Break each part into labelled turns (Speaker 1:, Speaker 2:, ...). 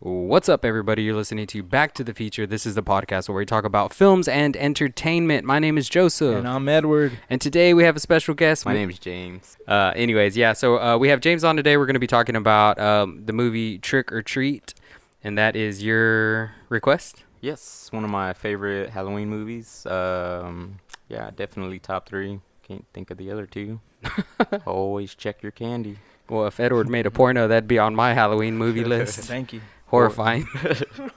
Speaker 1: What's up, everybody? You're listening to Back to the Future. This is the podcast where we talk about films and entertainment. My name is Joseph,
Speaker 2: And I'm Edward.
Speaker 1: and today we have a special guest.
Speaker 3: My
Speaker 1: We-
Speaker 3: name's James.
Speaker 1: Uh, anyways, yeah. So uh, we have James on today. We're going to be talking about um, the movie Trick or Treat, and that is your request.
Speaker 3: Yes, one of my favorite Halloween movies. Um, yeah, definitely top three. Can't think of the other two. Always check your candy.
Speaker 1: Well, if Edward made a porno, that'd be on my Halloween movie list.
Speaker 2: Thank you.
Speaker 1: Horrifying.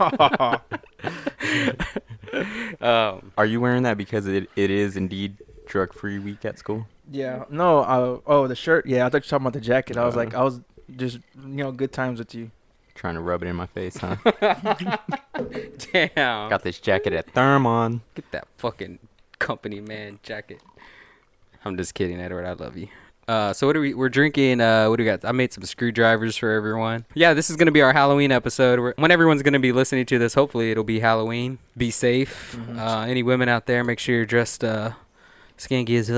Speaker 1: um,
Speaker 3: Are you wearing that because it, it is indeed drug free week at school?
Speaker 2: Yeah. No. Uh, oh, the shirt. Yeah, I thought you were talking about the jacket. I was
Speaker 3: Uh.
Speaker 2: like, I was just, you know, good times with you.
Speaker 3: Trying to rub it in my face, huh?
Speaker 1: damn.
Speaker 3: Got this jacket at Thermon.
Speaker 1: Get that fucking company man jacket. I'm just kidding, Edward. I love you. Uh, so what are we? We're drinking. Uh, what do we got? I made some screwdrivers for everyone. Yeah, this is gonna be our Halloween episode. We're, when everyone's gonna be listening to this, hopefully it'll be Halloween. Be safe.
Speaker 2: Mm-hmm.
Speaker 1: Uh, any women out there, make sure you're dressed uh, skanky as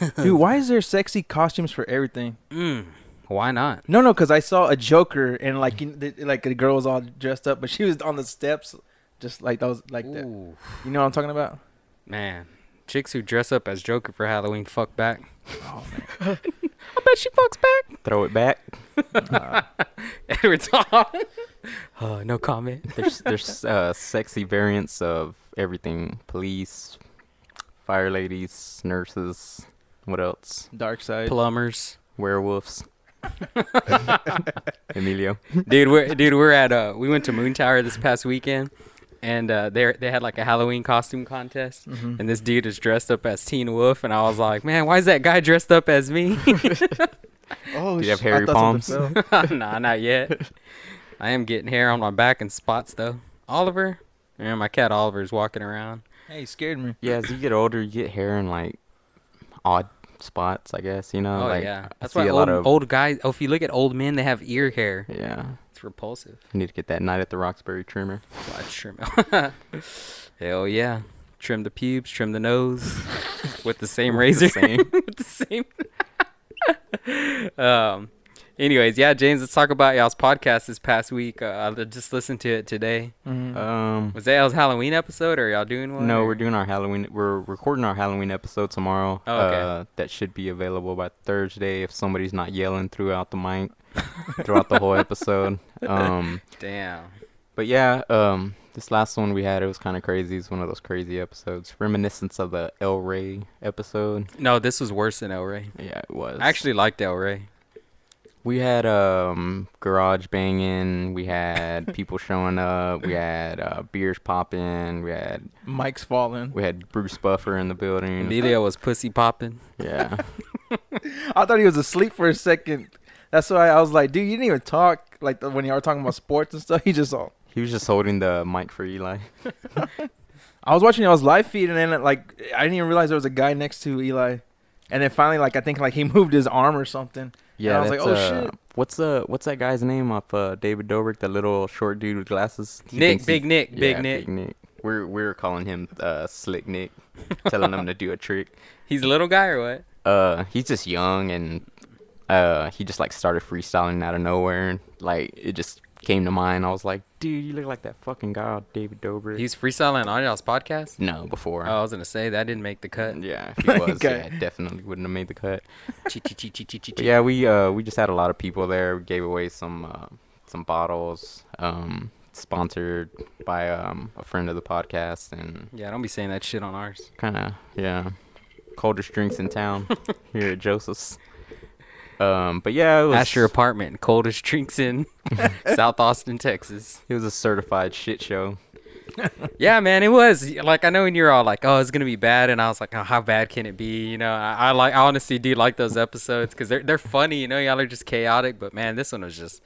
Speaker 1: fuck.
Speaker 2: Dude, why is there sexy costumes for everything?
Speaker 1: Mm, why not?
Speaker 2: No, no, because I saw a Joker and like, you, the, like the girl was all dressed up, but she was on the steps, just like that was like that.
Speaker 1: Ooh,
Speaker 2: You know what I'm talking about?
Speaker 1: man, chicks who dress up as Joker for Halloween fuck back.
Speaker 2: Oh I bet she fucks back.
Speaker 3: Throw it back.
Speaker 1: Edward's on. Uh, no comment.
Speaker 3: There's there's uh, sexy variants of everything: police, fire ladies, nurses. What else?
Speaker 2: Dark side.
Speaker 1: Plumbers.
Speaker 3: Werewolves. Emilio.
Speaker 1: dude we're dude we're at uh we went to moon tower this past weekend and uh they they had like a halloween costume contest
Speaker 2: Mhm.
Speaker 1: and this dude is dressed up as teen wolf and i was like man why is that guy dressed up as me
Speaker 2: Oh,
Speaker 3: Do you have
Speaker 2: sh-
Speaker 3: hairy
Speaker 2: I thought
Speaker 3: palms?
Speaker 2: something fell.
Speaker 1: nah not yet i am getting hair on my back and spots though oliver yeah my cat oliver's walking around
Speaker 2: hey, you scared me.
Speaker 3: Yeah, as you get older, you get hair in like odd spots, I guess. You know,
Speaker 1: oh
Speaker 3: like
Speaker 1: yeah
Speaker 3: I
Speaker 1: that's
Speaker 3: see
Speaker 1: why
Speaker 3: a
Speaker 1: old,
Speaker 3: lot of
Speaker 1: old guys oh, if you look at old men they have ear hair
Speaker 3: yeah.
Speaker 1: it's repulsive
Speaker 3: I need to get that night at the Roxbury trimmer.
Speaker 1: Well, I trim hell yeah trim the pubes trim the nose with the same razor
Speaker 3: Same.
Speaker 1: with the same. um, anyways, yeah, James, let's talk about y'all's podcast this past week. Uh, I just listened to it today.
Speaker 2: Mhm.
Speaker 3: um,
Speaker 1: Was that y'all's Halloween episode, or y'all doing one?
Speaker 3: no,
Speaker 1: or-
Speaker 3: we're doing our Halloween. We're recording our Halloween episode tomorrow.
Speaker 1: Oh, okay.
Speaker 3: Uh, that should be available by Thursday if somebody's not yelling throughout the mic, throughout the whole episode. Um,
Speaker 1: Damn.
Speaker 3: But yeah, um, this last one we had, it was kind of crazy. It's one of those crazy episodes, reminiscence of the El Rey episode.
Speaker 1: No, this was worse than El Rey.
Speaker 3: Yeah, it was.
Speaker 1: I actually liked El Rey.
Speaker 3: we had um, garage banging. We had people showing up. We had uh, beers popping. We had
Speaker 2: Mike's falling.
Speaker 3: we had Bruce Buffer in the building.
Speaker 1: Emilio was pussy popping.
Speaker 3: Yeah,
Speaker 2: I thought he was asleep for a second. That's why I was like, dude, you didn't even talk. Like the- when y'all were talking about sports and stuff, he just all.
Speaker 3: he was just holding the mic for Eli.
Speaker 2: I was watching y'all's live feed, and then like I didn't even realize there was a guy next to Eli, and then finally like I think like he moved his arm or something.
Speaker 3: Yeah,
Speaker 2: I was like,
Speaker 3: that's,
Speaker 2: "Oh,
Speaker 3: uh,
Speaker 2: shit."
Speaker 3: What's uh what's that guy's name off uh, David Dobrik, that little short dude with glasses? He
Speaker 1: Nick,
Speaker 3: thinks he-
Speaker 1: Big Nick, Big
Speaker 3: Yeah,
Speaker 1: Nick.
Speaker 3: Big Nick. We're we're calling him uh, Slick Nick, telling him to do a trick.
Speaker 1: He's a little guy or what?
Speaker 3: Uh, he's just young and uh, he just like started freestyling out of nowhere and like it just came to mind. I was like, dude, you look like that fucking guy, off David Dobrik.
Speaker 1: He's freestyling on y'all's podcast.
Speaker 3: no before.
Speaker 1: Oh, I was gonna say that didn't make the cut.
Speaker 3: Yeah, if he was,
Speaker 2: Okay.
Speaker 3: yeah, definitely wouldn't have made the cut.
Speaker 1: Chee, chee, chee, chee, chee, chee,
Speaker 3: But
Speaker 1: chee.
Speaker 3: yeah, we uh we just had a lot of people there. We gave away some uh, some bottles, um, sponsored by um a friend of the podcast, and
Speaker 1: Yeah, don't be saying that shit on ours.
Speaker 3: kind of yeah, coldest drinks in town here at Joseph's. Um, but yeah, it was
Speaker 1: Asher apartment, coldest drinks in South Austin, Texas.
Speaker 3: it was a certified shit show.
Speaker 1: Yeah, man, it was like I know when you're all like, "Oh, it's gonna be bad," and I was like, oh, "How bad can it be?" You know, I, I like I honestly do like those episodes because they're they're funny. You know, y'all are just chaotic, but man, this one was just.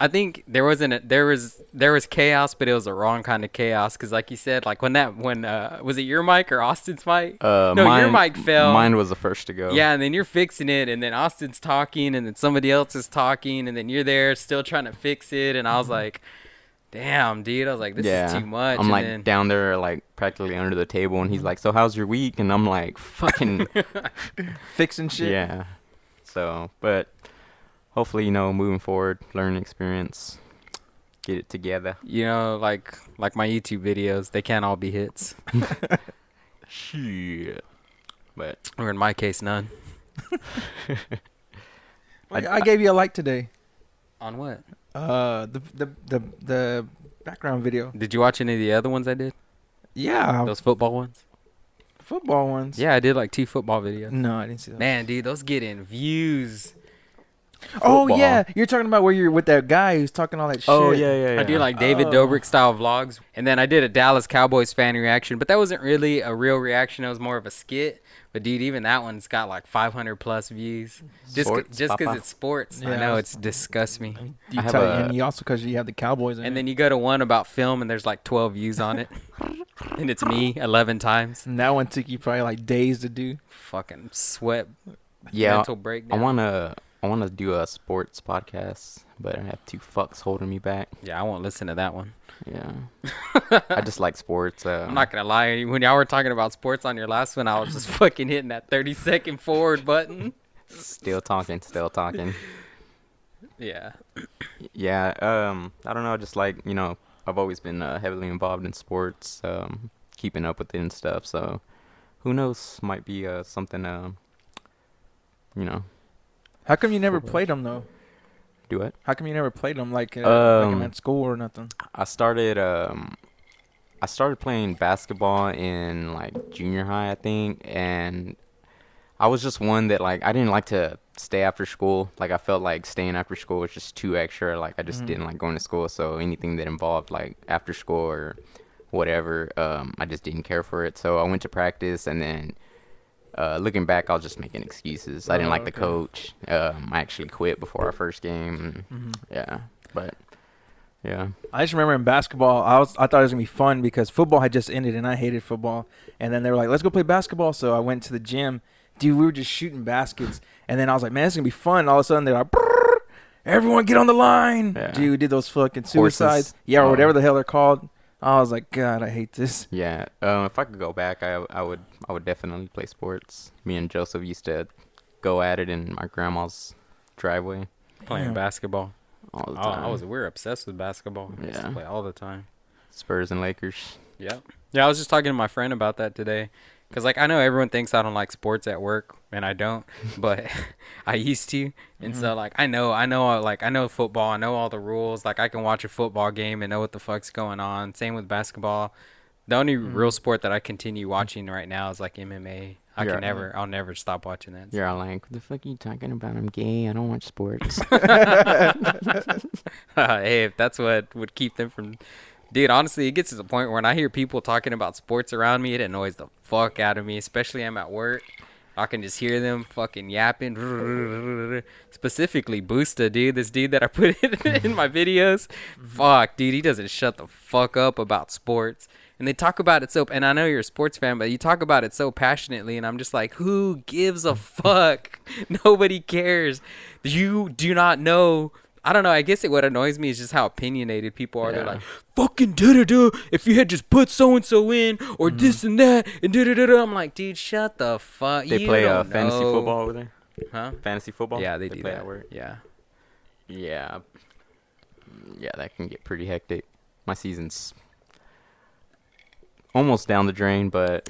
Speaker 1: I think there wasn't a, there was there was chaos, but it was the wrong kind of chaos because, like you said, like when that when uh was it your mic or Austin's mic?
Speaker 3: Uh,
Speaker 1: no,
Speaker 3: mine,
Speaker 1: your mic fell.
Speaker 3: Mine was the first to go.
Speaker 1: Yeah, and then you're fixing it, and then Austin's talking, and then somebody else is talking, and then you're there still trying to fix it. And I was like, damn, dude. I was like, this
Speaker 3: Mm-hmm. yeah.
Speaker 1: is too much.
Speaker 3: I'm
Speaker 1: and
Speaker 3: like
Speaker 1: then,
Speaker 3: down there, like practically under the table, and he's like, "So how's your week?" And I'm like, "Fucking
Speaker 2: Fixing shit.
Speaker 3: Yeah. So, but hopefully, you know, moving forward, learning experience. Get it together.
Speaker 1: You know, like like my YouTube videos, they can't all be hits.
Speaker 3: Shit. But
Speaker 1: Or in my case, none.
Speaker 2: Like,
Speaker 3: I-
Speaker 2: I gave you a like today.
Speaker 1: On what?
Speaker 2: Uh, the the the the background video.
Speaker 1: Did you watch any of the other ones I did?
Speaker 2: Yeah,
Speaker 1: Those football ones?
Speaker 2: football ones.
Speaker 1: Yeah, I did like two football videos.
Speaker 2: No, I didn't see that.
Speaker 1: Man, dude, those get in views.
Speaker 2: Oh
Speaker 3: Football. Oh,
Speaker 2: yeah, you're talking about where you're with that guy who's talking all that shit.
Speaker 3: yeah,
Speaker 1: I do like David
Speaker 2: Oh.
Speaker 1: Dobrik style vlogs. And then I did a Dallas Cowboys fan reaction, but that wasn't really a real reaction. It was more of a skit. But dude, even that one's got like 500 plus views. Just c-
Speaker 3: Sports,
Speaker 1: just because
Speaker 3: Papa.
Speaker 1: it's sports. I
Speaker 2: Yeah.
Speaker 1: know it's disgusts me.
Speaker 2: You
Speaker 3: I have
Speaker 2: tell,
Speaker 3: a-
Speaker 2: and you also because you have the Cowboys. In
Speaker 1: And
Speaker 2: it.
Speaker 1: then you go to one about film and there's like 12 views on it. and it's me 11 times.
Speaker 2: and that one took you probably like days to do.
Speaker 1: Fucking sweat,
Speaker 3: Yeah,
Speaker 1: mental breakdown.
Speaker 3: I wanna I wanna do a sports podcast, but I have two fucks holding me back.
Speaker 1: yeah, I won't listen to that one.
Speaker 3: Yeah, I just like sports. Uh,
Speaker 1: I'm not gonna lie. When y'all were talking about sports on your last one, I was just fucking hitting that 30 second forward button.
Speaker 3: still talking, still talking.
Speaker 1: Yeah.
Speaker 3: Yeah, um, I don't know, just like you know, I've always been uh, heavily involved in sports, um, keeping up with it and stuff. So, who knows? Might be uh, something. Um, you know,
Speaker 2: How come you never played them though?
Speaker 3: do it.
Speaker 2: How come you never played them like, uh, like
Speaker 3: Um,
Speaker 2: I'm at school or nothing?
Speaker 3: I started um I started playing basketball in like junior high, I think, and I was just one that like I didn't like to stay after school. Like I felt like staying after school was just too extra. Like I just
Speaker 2: Mhm.
Speaker 3: didn't like going to school, so anything that involved like after school or whatever, um I just didn't care for it. So I went to practice and then uh, looking back, I was just making excuses. I didn't
Speaker 2: Oh,
Speaker 3: like the
Speaker 2: okay.
Speaker 3: coach. Um, I actually quit before our first game.
Speaker 2: Mm-hmm.
Speaker 3: Yeah, but yeah.
Speaker 2: I just remember in basketball, I was I thought it was gonna be fun because football had just ended and I hated football. And then they were like, "Let's go play basketball." So I went to the gym. Dude, we were just shooting baskets, and then I was like, "Man, it's gonna be fun." All of a sudden, they're like, "Brrr, "Everyone, get on the line!"
Speaker 3: Yeah.
Speaker 2: Dude, we did those fucking
Speaker 3: Horses.
Speaker 2: suicides, yeah, or
Speaker 3: Oh.
Speaker 2: whatever the hell they're called. I was like, "God, I hate this."
Speaker 3: Yeah. Um, if I could go back, I I would I would definitely play sports. Me and Joseph used to go at it in my grandma's driveway
Speaker 1: Playing
Speaker 2: Yeah.
Speaker 1: basketball.
Speaker 3: all the
Speaker 1: Oh,
Speaker 3: time.
Speaker 1: I was. We were obsessed with basketball. I used to
Speaker 3: Yeah.
Speaker 1: play all the time.
Speaker 3: Spurs and Lakers.
Speaker 1: Yeah. Yeah. I was just talking to my friend about that today, cause like I know everyone thinks I don't like sports at work, and I don't, but I used to, and so like I know, I know, uh, like I know football, I know all the rules. Like I can watch a football game and know what the fuck's going on. Same with basketball. The only real sport that I continue watching right now is like MMA. I
Speaker 3: Yeah.
Speaker 1: can never, I'll never stop watching that.
Speaker 3: You're all like, "What the fuck are you talking about? I'm gay. I don't watch sports."
Speaker 1: hey, if that's what would keep them from. Dude, honestly, it gets to the point where when I hear people talking about sports around me, it annoys the fuck out of me, especially I'm at work. I can just hear them fucking yapping. Specifically, Boosta, dude, this dude that I put in, in my videos. Fuck, dude, he doesn't shut the fuck up about sports. And they talk about it so, and I know you're a sports fan, but you talk about it so passionately, and I'm just like, who gives a fuck? Nobody cares. You do not know I don't know. I guess it what annoys me is just how opinionated people are. They're
Speaker 3: Yeah.
Speaker 1: like, "Fucking da da da." If you had just put so and so in, or this and that, and da da da da. I'm like, dude, shut the fuck.
Speaker 3: they
Speaker 1: you
Speaker 3: play uh,
Speaker 1: don't
Speaker 3: fantasy
Speaker 1: know."
Speaker 3: football over there.
Speaker 1: huh?
Speaker 3: Fantasy football.
Speaker 1: Yeah, they, do
Speaker 3: play
Speaker 1: that.
Speaker 3: at work.
Speaker 1: Yeah,
Speaker 3: Yeah. Yeah, that can get pretty hectic. My season's almost down the drain, but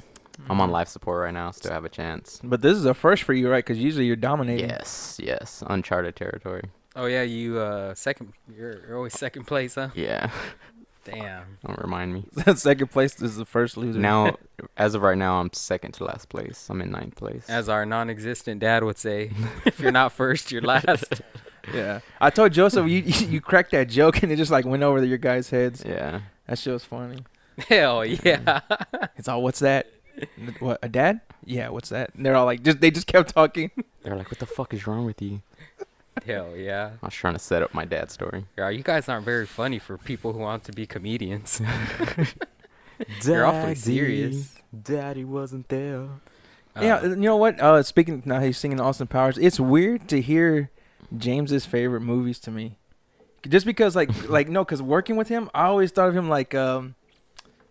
Speaker 3: I'm on life support right now. Still have a chance.
Speaker 2: But this is a first for you, right? Because usually you're dominating.
Speaker 3: Yes, yes, uncharted territory.
Speaker 1: Oh yeah, you uh second. You're, you're always second place, huh?
Speaker 3: Yeah,
Speaker 1: Damn.
Speaker 3: don't remind me.
Speaker 2: Second place is the first loser.
Speaker 3: Now, as of right now, I'm second to last place. I'm in ninth place.
Speaker 1: As our non-existent dad would say, if you're not first, you're last.
Speaker 2: yeah, I told Joseph you you cracked that joke and it just like went over your guys' heads.
Speaker 3: yeah,
Speaker 2: That shit was funny.
Speaker 1: Hell yeah.
Speaker 2: It's all what's that? N- What a dad? Yeah, what's that? And they're all like, just they just kept talking.
Speaker 3: they're like, "What the fuck is wrong with you?"
Speaker 1: Hell yeah.
Speaker 3: I was trying to set up my dad's story.
Speaker 1: Yeah, you guys aren't very funny for people who want to be comedians. You're awfully serious.
Speaker 3: Daddy wasn't there.
Speaker 2: yeah,
Speaker 1: Uh,
Speaker 2: you know what? Uh, speaking now, he's singing Austin Powers. It's weird to hear James's favorite movies to me, just because like like no, because working with him, I always thought of him like um,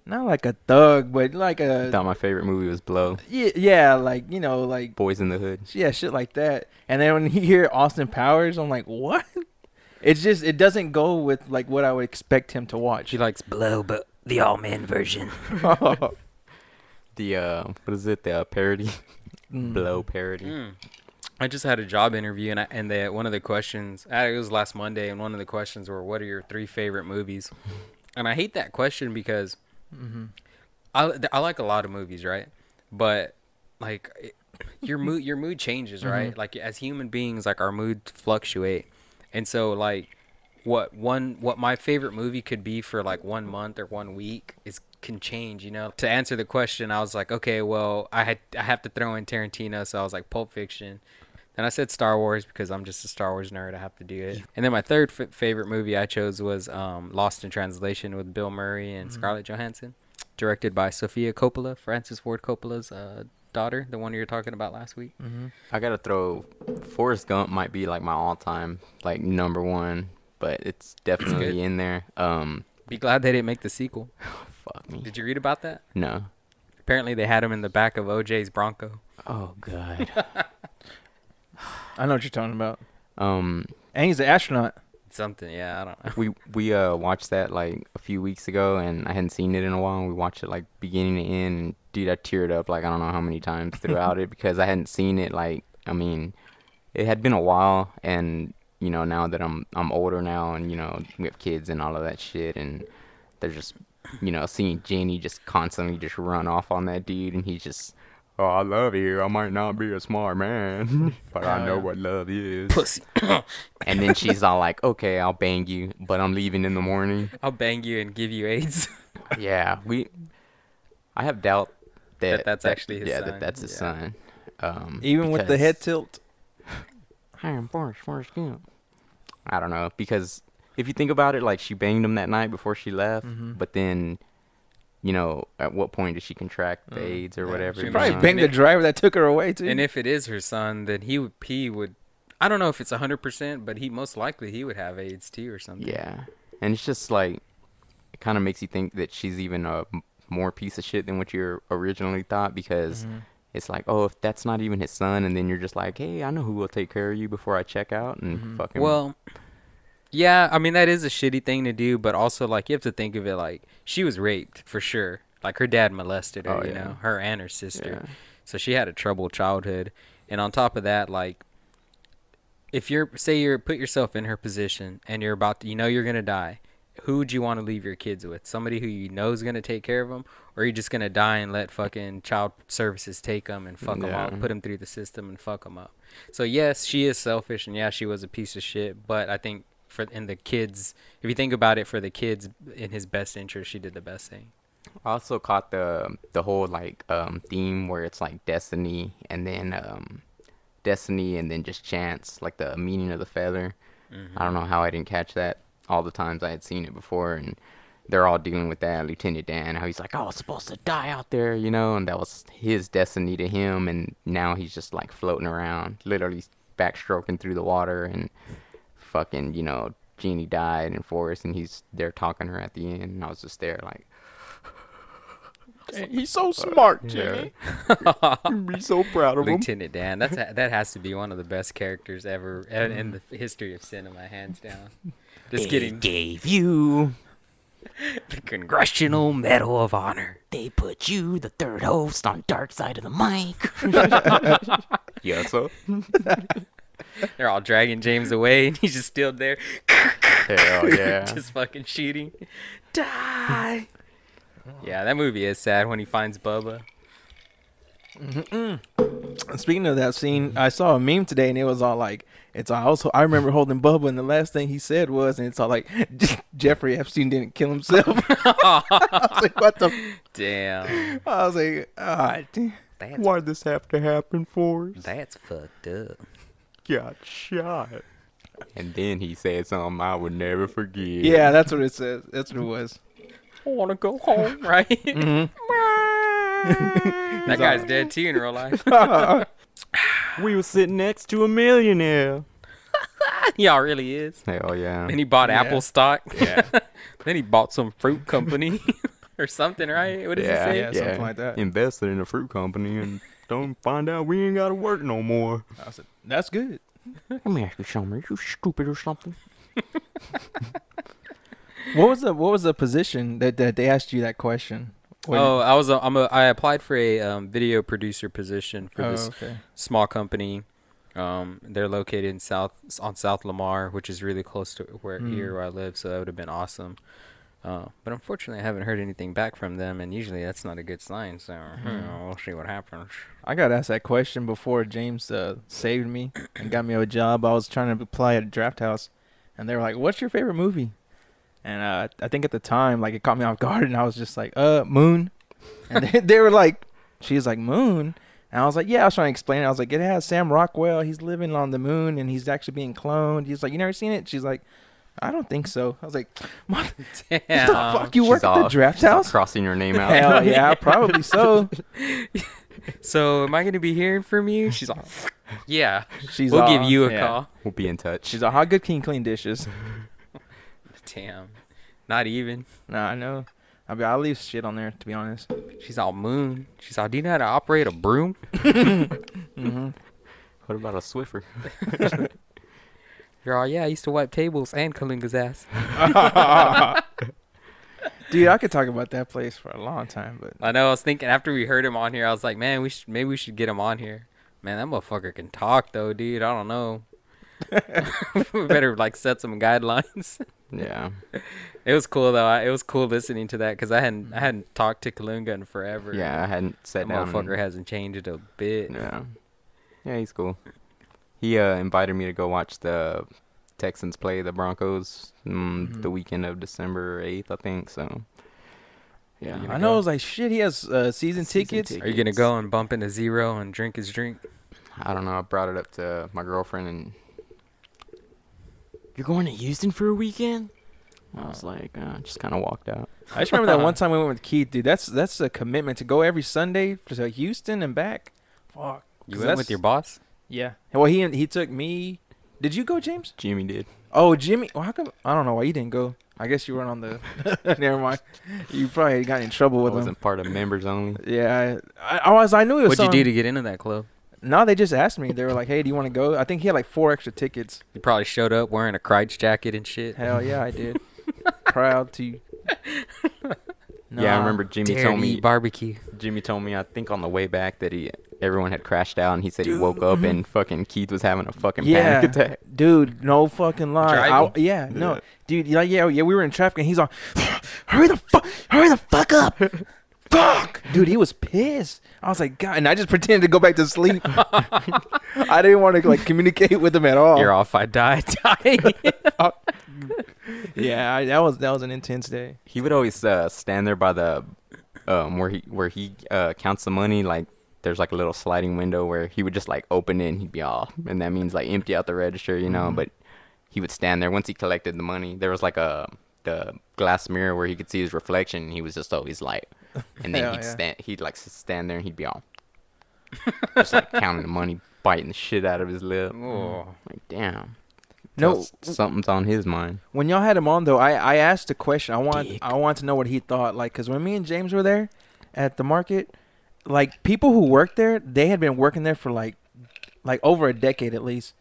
Speaker 2: not like a thug, but like
Speaker 3: I
Speaker 2: a
Speaker 3: thought my favorite movie was Blow.
Speaker 2: yeah, yeah, like you know, like
Speaker 3: Boys in the Hood.
Speaker 2: yeah, shit like that. And then when you hear Austin Powers, I'm like, what? It's just it doesn't go with like what I would expect him to watch.
Speaker 1: She likes blow, but the all man version.
Speaker 3: The uh, what is it? The uh, parody, blow parody.
Speaker 1: I just had a job interview, and I, and the, one of the questions uh, it was last Monday, and one of the questions were, "What are your three favorite movies?" And I hate that question because I th- I like a lot of movies, right? But like it- your mood your mood changes, right? Like as human beings, like our mood fluctuate, and so like what one what my favorite movie could be for like one month or one week is can change you know to answer the question i was like okay well i had i have to throw in tarantino so i was like pulp fiction then i said star wars because i'm just a star wars nerd i have to do it and then my third f- favorite movie i chose was um lost in translation with bill murray and scarlett johansson directed by sophia coppola francis ford coppola's uh daughter the one you were talking about last week
Speaker 3: I gotta throw. Forrest Gump might be like my all-time like number one, but it's definitely in there. Um,
Speaker 1: be glad they didn't make the sequel
Speaker 3: fuck me.
Speaker 1: did you read about that
Speaker 3: No.
Speaker 1: apparently they had him in the back of oj's bronco
Speaker 3: Oh god.
Speaker 2: I know what you're talking about.
Speaker 3: um,
Speaker 2: And he's an astronaut.
Speaker 1: Something, yeah, I don't know.
Speaker 3: we we uh watched that like a few weeks ago, and I hadn't seen it in a while. And we watched it like beginning to end, and dude, I teared up like I don't know how many times throughout it because I hadn't seen it. Like I mean, it had been a while, and you know now that I'm I'm older now, and you know we have kids and all of that shit, and they're just you know seeing Jenny just constantly just run off on that dude, and he's just. Oh, I love you. I might not be a smart man, but I know what love is.
Speaker 1: Pussy.
Speaker 3: And then she's all like, "Okay, I'll bang you, but I'm leaving in the morning."
Speaker 1: I'll bang you and give you AIDS.
Speaker 3: Yeah, we. I have doubt that,
Speaker 1: That that's actually his
Speaker 3: yeah
Speaker 1: son,
Speaker 3: that that's his
Speaker 1: yeah.
Speaker 3: son. Um,
Speaker 2: Even with the
Speaker 3: because-
Speaker 2: head tilt.
Speaker 3: I am Forrest, Forrest Gump. I don't know because if you think about it, like she banged him that night before she left, but then, you know, at what point did she contract the AIDS or whatever?
Speaker 1: she
Speaker 3: you
Speaker 2: Probably
Speaker 3: know?
Speaker 2: banged the
Speaker 1: And
Speaker 2: driver that took her away too.
Speaker 1: and if it is her son, then he would he would I don't know if it's hundred percent, but he most likely he would have AIDS too or something.
Speaker 3: Yeah, and it's just like it kind of makes you think that she's even a m- more piece of shit than what you originally thought because
Speaker 1: Mm-hmm.
Speaker 3: it's like, oh, if that's not even his son, and then you're just like, hey, I know who will take care of you before I check out and
Speaker 1: Mm-hmm.
Speaker 3: fucking
Speaker 1: Well Yeah, I mean that is a shitty thing to do, but also like you have to think of it like she was raped for sure. Like her dad molested her,
Speaker 3: Oh,
Speaker 1: you
Speaker 3: yeah.
Speaker 1: know, her and her sister.
Speaker 3: Yeah.
Speaker 1: So she had a troubled childhood. And on top of that, like if you're say you're put yourself in her position and you're about to, you know you're gonna die who would you want to leave your kids with somebody who you know is gonna take care of them or are you just gonna die and let fucking child services take them and fuck them
Speaker 3: Yeah.
Speaker 1: up put them through the system and fuck them up so yes she is selfish and yeah she was a piece of shit but i think for in the kids if you think about it for the kids in his best interest she did the best thing
Speaker 3: I also caught the the whole like um theme where it's like destiny and then um destiny and then just chance like the meaning of the feather i don't know how i didn't catch that all the times i had seen it before and they're all dealing with that lieutenant dan how he's like i was supposed to die out there you know and that was his destiny to him and now he's just like floating around literally backstroking through the water and fucking you know Jeannie died and Forrest and he's there talking to her at the end and I was just there like
Speaker 2: he's so smart,
Speaker 3: Jimmy.
Speaker 2: Be so proud of
Speaker 1: lieutenant dan that's a, that has to be one of the best characters ever in, in the history of cinema hands down just getting
Speaker 3: gave you.
Speaker 1: the Congressional Medal of Honor.
Speaker 3: They put you, the third host, on Dark Side of the Mic. yes, sir.
Speaker 1: They're all dragging James away, and he's just still there,
Speaker 3: Hell yeah.
Speaker 1: just fucking shooting. Die. yeah, that movie is sad when he finds Bubba.
Speaker 2: Speaking of that scene, I saw a meme today, and it was all like, "It's all- I also I remember holding Bubba, and the last thing he said was, and it's all like, Jeffrey Epstein didn't kill himself." I was like, "What the?" f-"
Speaker 1: Damn,
Speaker 2: I was like, "Ah, damn."
Speaker 1: that's
Speaker 4: Why this have to happen for us?
Speaker 1: that's fucked up.
Speaker 4: Got shot.
Speaker 3: and then he said something I would never forget.
Speaker 2: yeah, that's what it says. That's what it was.
Speaker 1: I want to go home, right? that guy's dead too in real life.
Speaker 4: We were sitting next to a millionaire.
Speaker 1: Y'all really is.
Speaker 3: Hell yeah.
Speaker 1: Then he bought Apple stock. then he bought some fruit company or something, right? What does
Speaker 3: yeah,
Speaker 1: he say?
Speaker 2: Yeah, something like that.
Speaker 3: Invested in a fruit company and don't find out we ain't gotta work no more.
Speaker 2: I said, "That's good."
Speaker 3: Let me ask you something. Are you stupid or something?
Speaker 2: What was the what was the position that, that they asked you that question? What-
Speaker 1: oh, I was a, I'm a I applied for a um, video producer position for
Speaker 2: oh,
Speaker 1: this
Speaker 2: okay.
Speaker 1: small company. Um, they're located in South on South Lamar, which is really close to where
Speaker 2: Mm.
Speaker 1: here where I live. So that would have been awesome. Uh, but unfortunately, I haven't heard anything back from them, and usually that's not a good sign. So you
Speaker 2: Hmm.
Speaker 1: know, we'll see what happens.
Speaker 2: I got asked that question before James uh, saved me and got me a job. I was trying to apply at a draft house, and they were like, "What's your favorite movie?" And uh, I think at the time, like it caught me off guard, and I was just like, "Uh, Moon," and they, they were like, "She's like Moon." And I was like, yeah, I was trying to explain it. I was like, it has Sam Rockwell. He's living on the moon and he's actually being cloned. He's like, you never seen it? She's like, I don't think so. I was like, what
Speaker 1: Damn.
Speaker 2: the fuck? You
Speaker 3: She's
Speaker 2: work at the
Speaker 3: all-
Speaker 2: draft
Speaker 3: Stop
Speaker 2: house?
Speaker 3: crossing your name out.
Speaker 2: Hell yeah, probably so.
Speaker 1: So am I gonna be hearing from you? She's like, yeah,
Speaker 2: She's
Speaker 1: we'll
Speaker 2: all-
Speaker 1: give you a
Speaker 2: yeah.
Speaker 1: call.
Speaker 3: We'll be in touch.
Speaker 2: She's like, how good can you clean dishes?
Speaker 1: Damn, not even.
Speaker 2: Nah, I know. I mean, I leave shit on there to be honest.
Speaker 1: She's all moon. She's all, do you know how to operate a broom?
Speaker 3: what about a Swiffer?
Speaker 1: You're all, yeah, I used to wipe tables and Kalinga's ass.
Speaker 2: Dude, I could talk about that place for a long time, but
Speaker 1: I know. I was thinking after we heard him on here, I was like, man, we should maybe we should get him on here. Man, that motherfucker can talk though, dude. I don't know. we better like set some guidelines.
Speaker 3: Yeah.
Speaker 1: It was cool though. I, it was cool listening to that because I hadn't I hadn't talked to Kalunga in forever.
Speaker 3: Yeah, I hadn't
Speaker 1: that
Speaker 3: sat down. and-
Speaker 1: motherfucker hasn't changed a bit.
Speaker 3: Yeah. Yeah, he's cool. He uh, invited me to go watch the Texans play the Broncos mm, the weekend of December 8th, I think. So, yeah.
Speaker 1: You
Speaker 2: I know it was like shit. He has uh, season,
Speaker 3: Season
Speaker 2: tickets.
Speaker 3: ticket.
Speaker 1: Are you gonna go and bump into zero and drink his drink?
Speaker 3: I don't know. I brought it up to my girlfriend, and you're going to Houston for a weekend? I was like, uh, just kind of walked out.
Speaker 2: I just remember that one time we went with Keith, dude. That's that's a commitment to go every Sunday to Houston and back. Fuck.
Speaker 1: You
Speaker 2: 'Cause
Speaker 1: went with
Speaker 2: that's-
Speaker 1: your boss?
Speaker 2: Yeah. Well, he he took me. Did you go, James?
Speaker 3: Jimmy did.
Speaker 2: Oh, Jimmy. Well, how come? I don't know why you didn't go. I guess you weren't on the. Never mind. You probably got in trouble
Speaker 3: I
Speaker 2: with him.
Speaker 3: wasn't part of members only.
Speaker 2: Yeah, I, I, I was. I knew it was.
Speaker 1: What'd you do
Speaker 2: someone-
Speaker 1: to get into that club?
Speaker 2: No, they just asked me. They were like, "Hey, do you want to go?" I think he had like four extra tickets.
Speaker 1: You probably showed up wearing a Kreitz jacket and shit.
Speaker 2: Hell yeah, I did. Proud to.
Speaker 3: Yeah, I
Speaker 2: Nah.
Speaker 3: remember Jimmy
Speaker 1: Dare
Speaker 3: told
Speaker 1: to
Speaker 3: me.
Speaker 1: eat barbecue.
Speaker 3: Jimmy told me I think on the way back that he everyone had crashed out, and he said he woke up and fucking Keith was having a fucking
Speaker 2: Yeah,
Speaker 3: panic attack.
Speaker 2: dude, no fucking lie. I,
Speaker 1: Driving.
Speaker 2: yeah, no,
Speaker 3: Yeah.
Speaker 2: dude, yeah, yeah, yeah. We were in traffic, and he's on. hurry the fuck! Hurry the fuck up! fuck, dude, he was pissed. I was like, God, and I just pretended to go back to sleep. I didn't want to like communicate with him at all.
Speaker 1: You're off. I die. Die.
Speaker 2: Yeah, I, that was that was an intense day.
Speaker 3: He would always uh, stand there by the um, where he where he uh, counts the money. Like there's like a little sliding window where he would just like open it and he'd be all, and that means like empty out the register, you
Speaker 2: Mm-hmm.
Speaker 3: know. But he would stand there once he collected the money. There was like a the glass mirror where he could see his reflection. and He was just always like, and then
Speaker 2: Hell
Speaker 3: he'd
Speaker 2: yeah.
Speaker 3: stand he'd like s- stand there and he'd be all, just like counting the money, biting the shit out of his lip.
Speaker 1: oh.
Speaker 3: Like damn.
Speaker 2: No,
Speaker 3: Tells- something's on his mind.
Speaker 2: When y'all had him on though, I, I asked a question. I want I want to know what he thought. Like, cause when me and James were there at the market, like people who worked there, they had been working there for like like over a decade at least,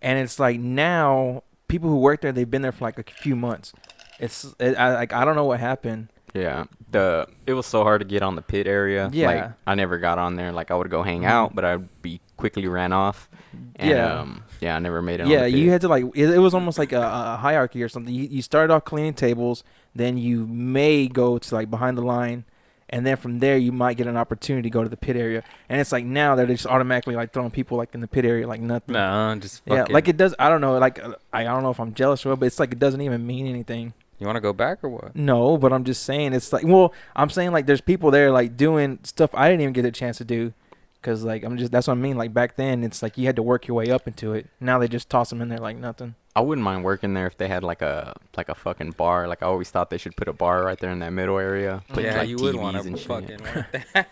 Speaker 2: and it's like now people who work there, they've been there for like a few months. It's it, I, like I don't know what happened.
Speaker 3: Yeah, the it was so hard to get on the pit area. like,
Speaker 2: Yeah.
Speaker 3: I never got on there. Like I would go hang out, but I'd be quickly ran off. And,
Speaker 2: Yeah.
Speaker 3: um, yeah, I never made it.
Speaker 2: yeah,
Speaker 3: on the
Speaker 2: you
Speaker 3: pit.
Speaker 2: had to like it, it was almost like a, a hierarchy or something. You, you started off cleaning tables, then you may go to like behind the line, and then from there you might get an opportunity to go to the pit area. And it's like now they're just automatically like throwing people like in the pit area like nothing.
Speaker 1: No, just
Speaker 2: Yeah,
Speaker 1: fucking.
Speaker 2: like it does. I don't know. Like uh, I don't know if I'm jealous or what, but it's like it doesn't even mean anything.
Speaker 1: You want to go back or what?
Speaker 2: No, but I'm just saying it's like. Well, I'm saying like there's people there like doing stuff I didn't even get a chance to do, because like I'm just that's what I mean. Like back then, it's like you had to work your way up into it. Now they just toss them in there like nothing.
Speaker 3: I wouldn't mind working there if they had like a like a fucking bar. Like I always thought they should put a bar right there in that middle area. Put,
Speaker 1: yeah,
Speaker 3: like,
Speaker 1: you would
Speaker 3: TVs
Speaker 1: want
Speaker 3: and
Speaker 1: to
Speaker 3: shit.
Speaker 1: fucking work that.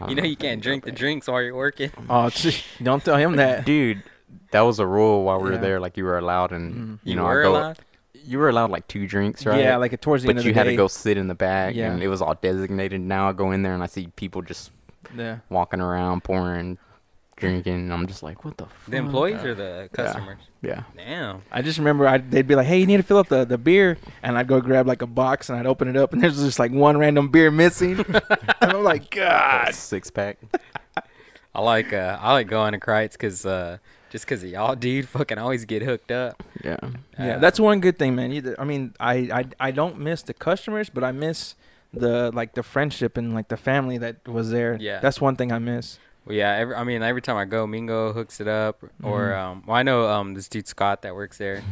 Speaker 3: I
Speaker 1: You
Speaker 3: don't
Speaker 1: know you can't drink the drinks while you're working.
Speaker 2: Oh, don't tell him that.
Speaker 3: dude. That was a rule while we were
Speaker 2: Yeah. Mm-hmm.
Speaker 3: there. Like you were allowed, and you know,
Speaker 1: were
Speaker 3: I go,
Speaker 1: allowed?
Speaker 3: you were allowed like two drinks, right?
Speaker 2: Yeah, like towards the end
Speaker 3: but
Speaker 2: of
Speaker 3: you
Speaker 2: the
Speaker 3: had
Speaker 2: day.
Speaker 3: to go sit in the back,
Speaker 2: Yeah.
Speaker 3: and it was all designated. Now I go in there and I see people just
Speaker 2: Yeah.
Speaker 3: walking around pouring drinking. And I'm just like, what the fuck?
Speaker 1: The employees or the customers?
Speaker 3: Yeah.
Speaker 1: Damn.
Speaker 2: I just remember I'd, they'd be like, "Hey, you need to fill up the, the beer," and I'd go grab like a box and I'd open it up, and there's just like one random beer missing, and I'm like, "God,
Speaker 3: Six pack.
Speaker 1: I like uh, I like going to Kreitz because uh, just because of y'all, dude. Fucking always get hooked up.
Speaker 3: Yeah.
Speaker 2: yeah."
Speaker 1: Uh,
Speaker 2: That's one good thing, man. You, I mean, I, I I don't miss the customers, but I miss the like the friendship and like the family that was there.
Speaker 1: Yeah.
Speaker 2: that's one thing I miss.
Speaker 1: Well, yeah, every, I mean, every time I go, Mingo hooks it up, or um, well, I know um, this dude Scott that works there.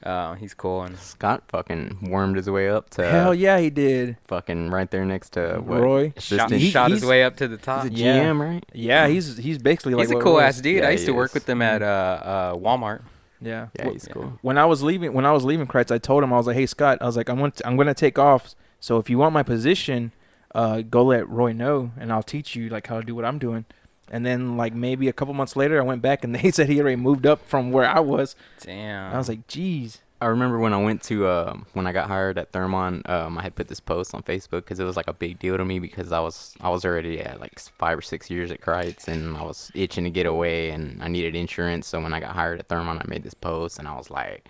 Speaker 1: Uh, he's cool, and
Speaker 3: Scott fucking wormed his way up to
Speaker 2: Hell yeah, he did.
Speaker 3: fucking right there next to what?
Speaker 2: Roy.
Speaker 1: shot,
Speaker 3: Assistant-
Speaker 2: He-
Speaker 1: shot his
Speaker 2: he's-
Speaker 1: way up to the
Speaker 3: He's
Speaker 1: top.
Speaker 3: a GM,
Speaker 2: Yeah.
Speaker 3: right?
Speaker 2: Yeah, he's he's basically like
Speaker 1: He's a
Speaker 2: what
Speaker 1: cool
Speaker 2: Roy
Speaker 1: ass
Speaker 2: is.
Speaker 1: dude.
Speaker 3: Yeah,
Speaker 1: I used
Speaker 3: he
Speaker 1: to work
Speaker 3: is.
Speaker 1: with them at uh, uh, Walmart.
Speaker 2: Yeah.
Speaker 3: Yeah,
Speaker 2: Wh-
Speaker 3: he's cool.
Speaker 2: when I was leaving, when I was leaving Kreitz, I told him I was like, "Hey Scott, I was like, I'm going to, I'm going to take off. So if you want my position, uh, go let Roy know, and I'll teach you like how to do what I'm doing." And then like maybe a couple months later, I went back and they said he already moved up from where I was.
Speaker 1: Damn.
Speaker 2: And I was like, "Geez,
Speaker 3: I remember when I went to uh, when I got hired at Thermon, um, I had put this post on Facebook because it was like a big deal to me because I was I was already at like s- five or six years at Kreitz and I was itching to get away and I needed insurance. So when I got hired at Thermon, I made this post and I was like,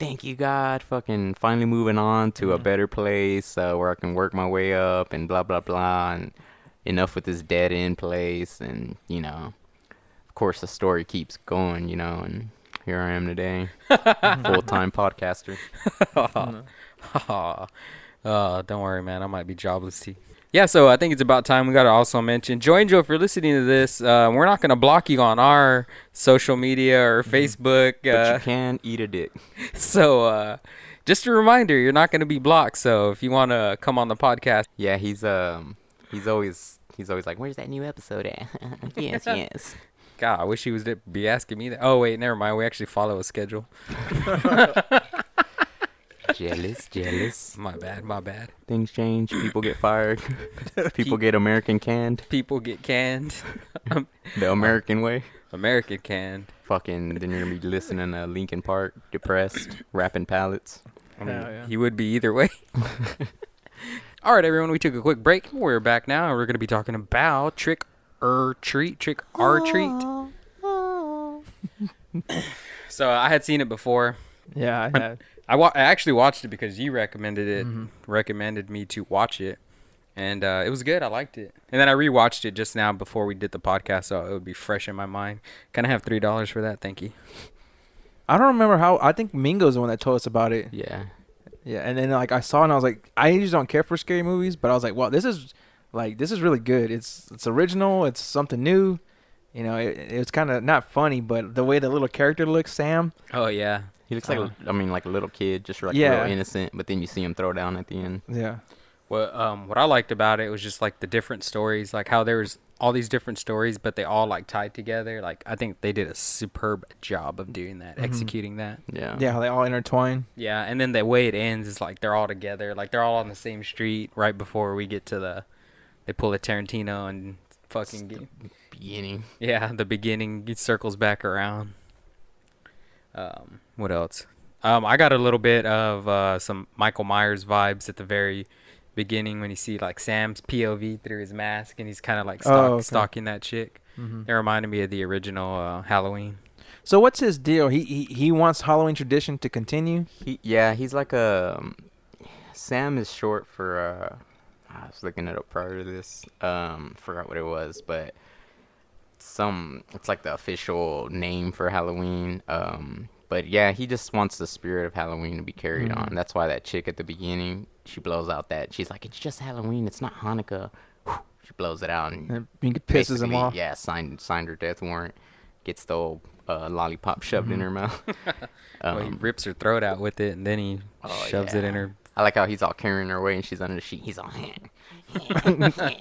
Speaker 3: "Thank you God, fucking finally moving on to a better place uh, where I can work my way up and blah blah blah and enough with this dead end place and you know, of course the story keeps going, you know and." Here I am today, full time podcaster.
Speaker 1: Aw. Uh, Oh, don't worry, man. I might be jobless. too. Yeah, so I think it's about time we got to also mention Joy and Joe, if you're listening to this, uh, we're not going to block you on our social media or Facebook.
Speaker 3: But
Speaker 1: Uh,
Speaker 3: you can eat a dick.
Speaker 1: so uh, just a reminder, you're not going to be blocked. So if you want to come on the podcast,
Speaker 3: Yeah, he's um he's always he's always like, Where's that new episode at? yes, yes.
Speaker 1: God, I wish he was to be asking me that. Oh, wait, never mind. We actually follow a schedule.
Speaker 3: jealous, jealous.
Speaker 1: My bad, my bad.
Speaker 3: Things change, people get fired. people get American canned.
Speaker 1: People get canned.
Speaker 3: The American way.
Speaker 1: American canned.
Speaker 3: Fucking then you're gonna be listening to Linkin Park, depressed, rapping pallets.
Speaker 1: I mean,
Speaker 2: Hell yeah.
Speaker 1: he would be either way. All right, everyone, we took a quick break. We're back now, and we're going to be talking about trick or treat, trick or treat. so I had seen it before.
Speaker 2: yeah, I had.
Speaker 1: I, wa- I actually watched it because you recommended it, recommended me to watch it, and uh, it was good. I liked it. And then I rewatched it just now before we did the podcast, so it would be fresh in my mind. Can I have three dollars for that? Thank you.
Speaker 2: I don't remember how. I think Mingo's the one that told us about it.
Speaker 3: Yeah.
Speaker 2: Yeah, and then like I saw it and I was like, I usually don't care for scary movies, but I was like, wow, this is like this is really good. It's it's original. It's something new. You know, it, it's kind of not funny, but the way the little character looks, Sam.
Speaker 1: Oh yeah,
Speaker 3: He looks like a, I mean like a little kid, just like
Speaker 2: Uh-huh. Yeah.
Speaker 3: real innocent, but then you see him throw down at the end.
Speaker 2: Yeah,
Speaker 1: What um what I liked about it was just like the different stories, like how there was all these different stories, but they all like tied together. Like I think they did a superb job of doing that, executing that.
Speaker 3: Yeah.
Speaker 2: yeah, how they all intertwine.
Speaker 1: Yeah, and then the way it ends is like they're all together, like they're all on the same street right before we get to the they pull a Tarantino and fucking get,
Speaker 3: Beginning.
Speaker 1: yeah, the beginning it circles back around. Um, what else? Um, I got a little bit of uh, some Michael Myers vibes at the very beginning when you see like Sam's POV through his mask and he's kind of like stalk,
Speaker 2: Oh, okay. Mm-hmm.
Speaker 1: stalking that chick. It reminded me of the original uh, Halloween.
Speaker 2: So what's his deal? He he, he wants Halloween tradition to continue.
Speaker 3: He yeah, he's like a um, Sam is short for uh I was looking it up prior to this. Um forgot what it was, but some it's like the official name for Halloween. Um but yeah, he just wants the spirit of Halloween to be carried
Speaker 2: Mm-hmm.
Speaker 3: on. That's why that chick at the beginning, she blows out that she's like, It's just Halloween, it's not Hanukkah. Whew, she blows it out and
Speaker 2: And he pisses him
Speaker 3: Uh, basically,
Speaker 2: off.
Speaker 3: Yeah, signed signed her death warrant, gets the old uh, lollipop shoved in
Speaker 2: Mm-hmm.
Speaker 3: her mouth.
Speaker 1: well, he rips her throat out with it and then he
Speaker 3: Um, Oh,
Speaker 1: shoves it in
Speaker 3: yeah.
Speaker 1: her.
Speaker 3: I like how he's all carrying her away and she's under the sheet. He's all,
Speaker 2: I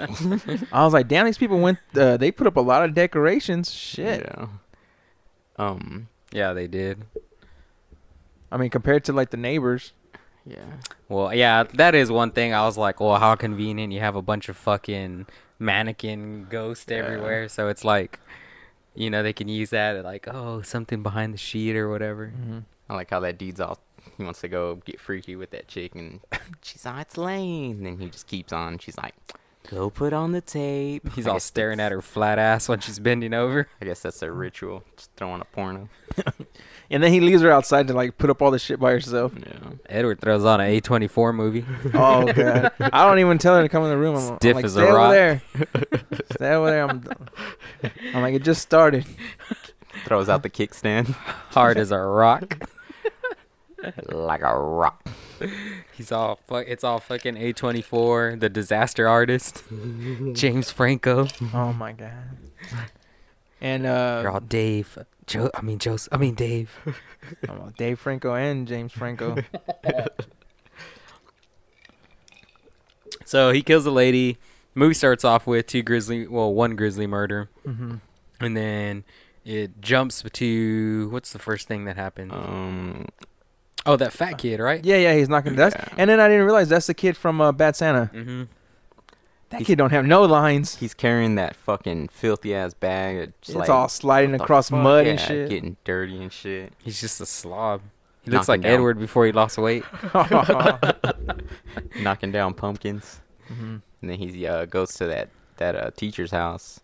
Speaker 2: was like, damn, these people went. Uh, they put up a lot of decorations. Shit.
Speaker 3: yeah. Um,
Speaker 1: Yeah, they did.
Speaker 2: I mean, compared to like the neighbors.
Speaker 3: yeah.
Speaker 1: Well, yeah, that is one thing. I was like, well, how convenient. You have a bunch of fucking mannequin ghosts everywhere. So it's like, you know, they can use that at like, oh, something behind the sheet or whatever.
Speaker 3: I like how that dude's all, he wants to go get freaky with that chick and she's all, it's Lane. And he just keeps on. She's like, Go put on the tape.
Speaker 1: He's
Speaker 3: I
Speaker 1: all
Speaker 3: guess
Speaker 1: staring at
Speaker 3: that's-
Speaker 1: her flat ass while she's bending over.
Speaker 3: I guess that's their ritual. Just throwing a porno.
Speaker 2: And then he leaves her outside to like put up all the shit by herself.
Speaker 3: Yeah.
Speaker 1: Edward throws on an A24 movie.
Speaker 2: Oh god, I don't even tell her to come in the room. I'm,
Speaker 1: Stiff
Speaker 2: I'm like,
Speaker 1: as a
Speaker 2: stay over
Speaker 1: rock."
Speaker 2: there. stay over there. I'm, I'm like, it just started.
Speaker 3: Throws out the kickstand
Speaker 1: Hard as a rock.
Speaker 3: like a rock.
Speaker 1: He's all fu- it's all fucking A24, the disaster artist. James Franco.
Speaker 2: Oh my god. And
Speaker 1: You're
Speaker 2: uh,
Speaker 1: all Dave. Joe I mean Joseph I mean Dave.
Speaker 2: I'm all Dave Franco and James Franco.
Speaker 1: So he kills a lady. Movie starts off with two grizzly well, one grizzly murder.
Speaker 2: mm-hmm.
Speaker 1: And then it jumps to what's the first thing that happened?
Speaker 3: Um,
Speaker 1: oh, that fat kid, right?
Speaker 2: Yeah, yeah, he's knocking. That's
Speaker 3: Yeah.
Speaker 2: and then I didn't realize that's the kid from uh, Bad Santa.
Speaker 1: Mm-hmm.
Speaker 2: That kid don't have no lines.
Speaker 3: he's carrying that fucking filthy ass bag. It's,
Speaker 2: It's
Speaker 3: like,
Speaker 2: all sliding
Speaker 3: what the
Speaker 2: across
Speaker 3: fuck?
Speaker 2: mud and
Speaker 3: Yeah,
Speaker 2: shit.
Speaker 3: Getting dirty and shit.
Speaker 1: He's just a slob. He looks
Speaker 3: Knock him
Speaker 1: like
Speaker 3: down.
Speaker 1: Edward before he lost weight.
Speaker 3: Knocking down pumpkins.
Speaker 2: Mhm.
Speaker 3: And then he uh, goes to that that uh, teacher's house,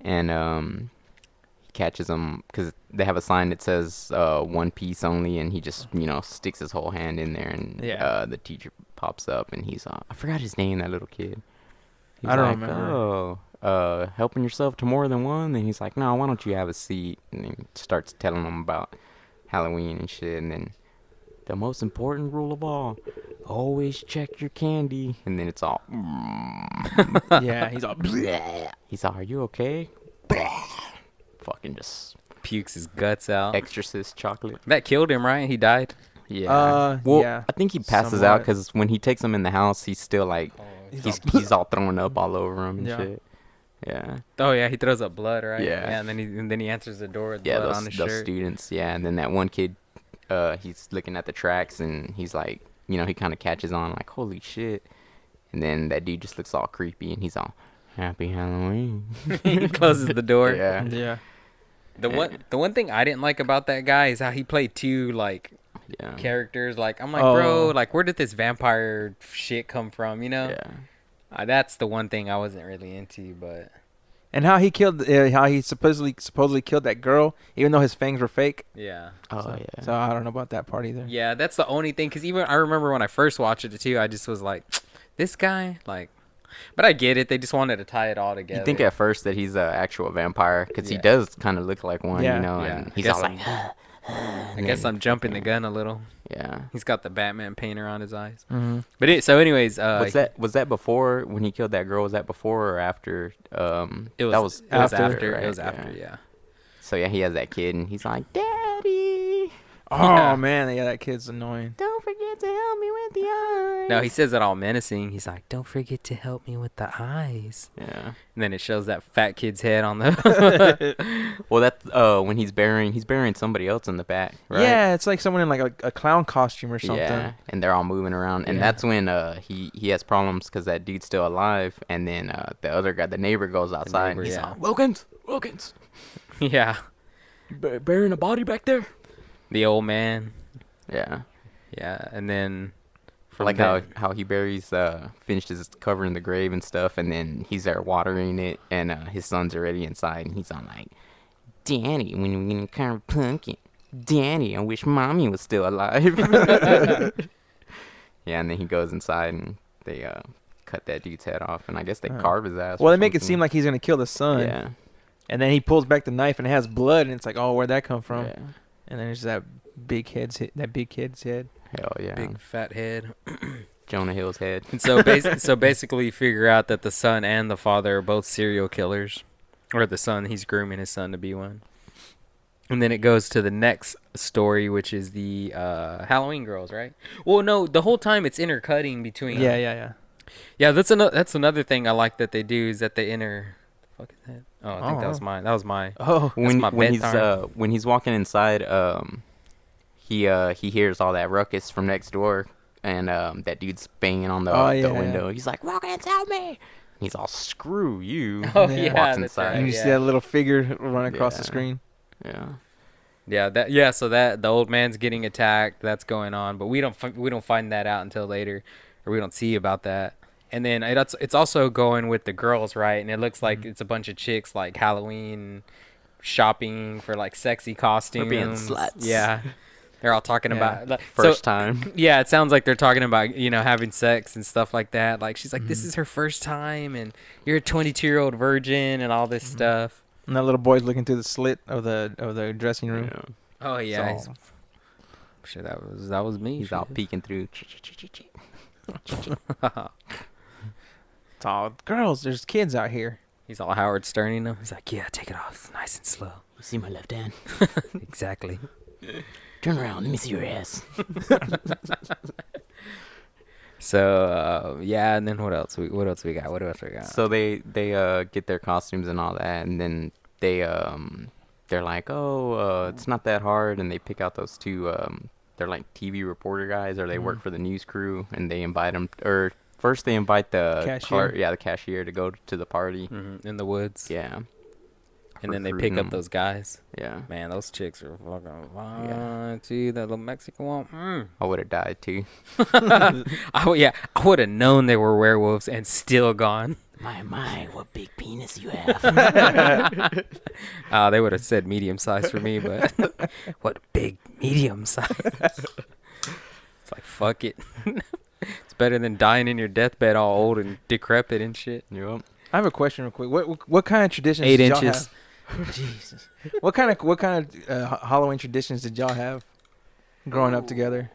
Speaker 3: and um, he catches them because they have a sign that says uh, "one piece only," and he just you know sticks his whole hand in there, and
Speaker 1: Yeah.
Speaker 3: uh, the teacher pops up, and he's uh, I forgot his name, that little kid. He's
Speaker 2: I don't
Speaker 3: like,
Speaker 2: remember.
Speaker 3: Oh, uh, helping yourself to more than one. And he's like, no, why don't you have a seat? And he starts telling them about Halloween and shit, and then. The most important rule of all: always check your candy. And then it's all.
Speaker 2: yeah, he's all.
Speaker 3: He's like, "Are you okay?" Fucking just
Speaker 1: Pukes his guts out.
Speaker 3: exorcist chocolate.
Speaker 1: That killed him, right? He died.
Speaker 3: Yeah.
Speaker 2: Uh,
Speaker 3: well,
Speaker 2: yeah,
Speaker 3: I think he passes out 'cause out
Speaker 2: somewhat.
Speaker 3: because when he takes him in the house, he's still like
Speaker 2: He's
Speaker 3: he's he's all thrown up all over him and
Speaker 2: Yeah.
Speaker 3: shit. Yeah.
Speaker 1: Oh yeah, he throws up blood, right?
Speaker 3: Yeah.
Speaker 1: and then he and then he answers the door with
Speaker 3: Yeah.
Speaker 1: blood
Speaker 3: Those,
Speaker 1: on his
Speaker 3: those
Speaker 1: shirt.
Speaker 3: students. Yeah. And then that one kid, uh, he's looking at the tracks and he's like, you know, he kind of catches on like, "Holy shit!" And then that dude just looks all creepy and he's all, "Happy Halloween."
Speaker 1: he closes the door.
Speaker 3: yeah.
Speaker 2: Yeah,
Speaker 1: The one the one thing I didn't like about that guy is how he played two like
Speaker 3: Yeah.
Speaker 1: characters. Like I'm like,
Speaker 2: Oh.
Speaker 1: bro, like where did this vampire shit come from? You know,
Speaker 3: Yeah.
Speaker 1: uh, that's the one thing I wasn't really into. But
Speaker 2: and how he killed, uh, how he supposedly supposedly killed that girl, even though his fangs were fake.
Speaker 1: yeah,
Speaker 3: Oh
Speaker 2: so,
Speaker 3: yeah.
Speaker 2: So I don't know about that part either.
Speaker 1: yeah, that's the only thing. Cause even I remember when I first watched it too, I just was like, this guy, like, but I get it. They just wanted to tie it all together.
Speaker 3: You think at first that he's an actual vampire because he
Speaker 1: Yeah.
Speaker 3: does kind of look like one,
Speaker 2: Yeah.
Speaker 3: you know,
Speaker 1: Yeah, I
Speaker 3: and he's
Speaker 1: guess
Speaker 3: all
Speaker 1: I'm-
Speaker 3: like,
Speaker 1: I guess I'm jumping the gun a little.
Speaker 3: yeah.
Speaker 1: He's got the Batman painter on his eyes.
Speaker 2: Mm-hmm.
Speaker 1: But it, so, anyways, uh,
Speaker 3: was that was that before when he killed that girl? Was that before or after? Um,
Speaker 1: It was,
Speaker 3: that was
Speaker 1: it was
Speaker 2: after,
Speaker 1: after.
Speaker 3: right?
Speaker 1: It was after.
Speaker 3: Yeah.
Speaker 1: Yeah.
Speaker 3: So yeah, he has that kid, and he's like, "Daddy,
Speaker 2: Oh
Speaker 1: Yeah.
Speaker 2: man, yeah, that kid's annoying.
Speaker 3: don't forget to help me with the eyes."
Speaker 1: No, he says it all menacing. He's like, "Don't forget to help me with the eyes."
Speaker 3: yeah.
Speaker 1: And then it shows that fat kid's head on the.
Speaker 3: Well, that's uh when he's burying he's burying somebody else in the back, right?
Speaker 2: Yeah, it's like someone in like a, a clown costume or something.
Speaker 3: Yeah, and they're all moving around, and
Speaker 1: Yeah.
Speaker 3: that's when uh he he has problems because that dude's still alive, and then uh the other guy, the neighbor, goes outside.
Speaker 1: neighbor,
Speaker 3: and he's
Speaker 1: yeah.
Speaker 3: like, Wilkins, Wilkins,
Speaker 1: yeah,
Speaker 3: you bur- burying a body back there.
Speaker 1: the old man.
Speaker 3: Yeah,
Speaker 1: Yeah, and then.
Speaker 3: for like
Speaker 1: there-
Speaker 3: how how he buries uh Finch is covering the grave and stuff, and then he's there watering it, and uh his son's already inside, and he's on like, Danny, when you gonna carve a pumpkin? Danny, I wish mommy was still alive. yeah, and then he goes inside and they uh cut that dude's head off, and I guess they
Speaker 2: Huh.
Speaker 3: carve his ass.
Speaker 2: Well,
Speaker 3: or
Speaker 2: they make it
Speaker 3: something.
Speaker 2: seem like he's gonna kill the son,
Speaker 3: yeah,
Speaker 2: and then he pulls back the knife and it has blood, and it's like, oh, where'd that come from?
Speaker 3: yeah.
Speaker 2: And then there's that big head's hit, that big kid's head.
Speaker 3: hell yeah,
Speaker 1: Big fat head.
Speaker 3: Jonah Hill's head.
Speaker 1: And so, bas- so basically, you figure out that the son and the father are both serial killers, or the son he's grooming his son to be one. And then it goes to the next story, which is the uh, Halloween girls, right? Well, no, the whole time it's intercutting between.
Speaker 2: Yeah, yeah, yeah.
Speaker 1: Yeah, that's another. That's another thing I like that they do is that they enter. Fuck is that? Oh, I think
Speaker 2: Oh.
Speaker 1: that was mine. That was my.
Speaker 2: Oh,
Speaker 3: when,
Speaker 1: my
Speaker 3: when he's
Speaker 1: bedtime.
Speaker 3: uh, when he's walking inside, um, he uh, he hears all that ruckus from next door, and um, that dude's banging on the,
Speaker 2: Oh,
Speaker 3: the
Speaker 2: yeah.
Speaker 3: window. He's like, "Wilkins, help me!" He's all, "Screw you!"
Speaker 1: Oh,
Speaker 3: and
Speaker 1: yeah, that's right.
Speaker 2: you
Speaker 1: yeah.
Speaker 2: see that little figure run across
Speaker 3: Yeah.
Speaker 2: the screen.
Speaker 3: Yeah,
Speaker 1: Yeah, that. Yeah, so that the old man's getting attacked. That's going on, but we don't. fi- We don't find that out until later, or we don't see about that. And then it, it's it's also going with the girls, right? And it looks like it's a bunch of chicks like Halloween shopping for like sexy costumes.
Speaker 3: sluts.
Speaker 1: Yeah. They're all talking
Speaker 2: Yeah.
Speaker 1: about like, so-
Speaker 3: First time.
Speaker 1: yeah, it sounds like they're talking about you know having sex and stuff like that. Like she's like, this is her first time, and you're a 22 year old virgin, and all this stuff.
Speaker 2: And that little boy's looking through the slit of the of the dressing room.
Speaker 3: Yeah.
Speaker 1: Oh yeah,
Speaker 2: So-
Speaker 1: he's- shit, that was that was me.
Speaker 3: He's
Speaker 1: shit.
Speaker 3: out peeking through.
Speaker 2: It's all girls. There's kids out here.
Speaker 1: He's all Howard Sterning them. He's like, yeah, take it off, it's nice and slow.
Speaker 3: You see my left hand?
Speaker 1: Exactly.
Speaker 3: Turn around. Let me see your ass.
Speaker 1: So uh, yeah, and then what else? We what else we got? What else we got?
Speaker 3: So they they uh get their costumes and all that, and then they um they're like, oh, uh, it's not that hard, and they pick out those two um they're like TV reporter guys, or they
Speaker 1: Mm.
Speaker 3: work for the news crew, and they invite them or first they invite the
Speaker 2: Cashier.
Speaker 3: yeah the cashier to go to the party,
Speaker 1: Mhm, in the woods.
Speaker 3: yeah,
Speaker 1: and then they
Speaker 3: recruiting
Speaker 1: pick up
Speaker 3: them.
Speaker 1: those guys.
Speaker 3: yeah.
Speaker 1: Man, those chicks are fucking fine. Too that little Mexican one. Mm.
Speaker 3: I would have died too.
Speaker 1: I w- yeah, I would have known they were werewolves and still gone.
Speaker 3: My my, what big penis you have!
Speaker 1: Uh, they would have said medium size for me, but what big medium size? it's like fuck it. it's better than dying in your deathbed all old and decrepit and shit.
Speaker 3: yep.
Speaker 2: I have a question real quick. What what, what kind of traditions?
Speaker 1: Eight
Speaker 2: did y'all
Speaker 1: inches.
Speaker 2: have? Jesus. What kind of what kind of uh, Halloween traditions did y'all have growing up together?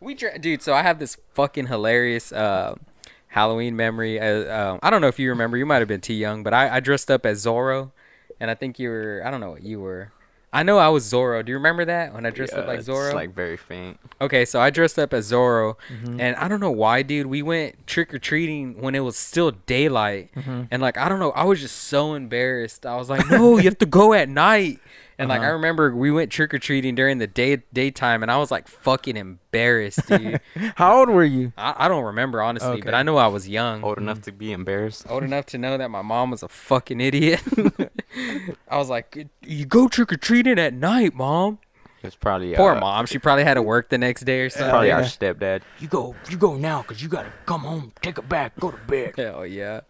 Speaker 1: We dra- dude, so I have this fucking hilarious uh, Halloween memory. Uh, um, I don't know if you remember. You might have been too young, but I, I dressed up as Zorro, and I think you were. I don't know what you were. I know I was Zorro. Do you remember that when I dressed up
Speaker 3: Yeah,
Speaker 1: like
Speaker 3: it's,
Speaker 1: Zorro?
Speaker 3: like very faint.
Speaker 1: Okay, so I dressed up as Zorro, and I don't know why, dude. We went trick or treating when it was still daylight, and like I don't know, I was just so embarrassed. I was like, "No, you have to go at night." And like I remember, we went trick or treating during the day daytime, and I was like fucking embarrassed, dude.
Speaker 2: How old were you?
Speaker 1: I, I don't remember honestly, but
Speaker 2: Okay.
Speaker 1: I know I was young,
Speaker 3: Old enough to be embarrassed.
Speaker 1: old enough to know that my mom was a fucking idiot. I was like, "You go trick or treating at night, mom."
Speaker 3: It's probably
Speaker 1: Poor
Speaker 3: uh,
Speaker 1: mom. She probably had to work the next day or something.
Speaker 3: Probably our
Speaker 2: Yeah.
Speaker 3: stepdad.
Speaker 5: You go, you go now, cause you gotta come home, take it back, go to bed.
Speaker 1: Hell yeah.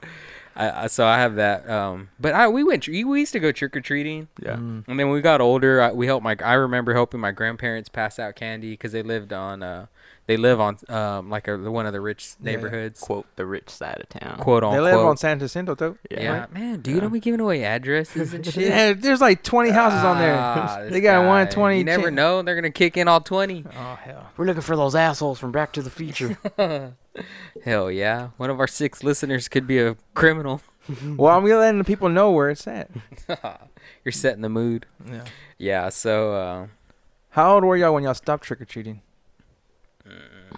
Speaker 1: I, I, so I have that. Um, but I we went tr- we used to go trick or treating,
Speaker 3: Yeah.
Speaker 1: and then when we got older, I, we helped my I remember helping my grandparents pass out candy because they lived on uh they live on um like a, one of the rich
Speaker 2: Yeah, yeah.
Speaker 1: neighborhoods
Speaker 3: Quote the rich side of town.
Speaker 1: quote
Speaker 2: They
Speaker 1: unquote.
Speaker 2: live on San Jacinto, though.
Speaker 1: yeah.
Speaker 3: Yeah.
Speaker 1: man, dude, I'm giving away addresses and shit.
Speaker 2: Yeah, there's like 20 houses on
Speaker 1: Ah,
Speaker 2: there. They
Speaker 1: this
Speaker 2: got one
Speaker 1: guy.
Speaker 2: 20.
Speaker 1: You never
Speaker 2: chin-
Speaker 1: know; they're gonna kick in all twenty.
Speaker 2: Oh hell.
Speaker 5: We're looking for those assholes from Back to the Future.
Speaker 1: Hell yeah! One of our six listeners could be a criminal.
Speaker 2: Well, I'm letting the people know where it's at.
Speaker 1: You're setting the mood.
Speaker 2: Yeah.
Speaker 1: Yeah. So uh,
Speaker 2: How old were y'all when y'all stopped trick or treating?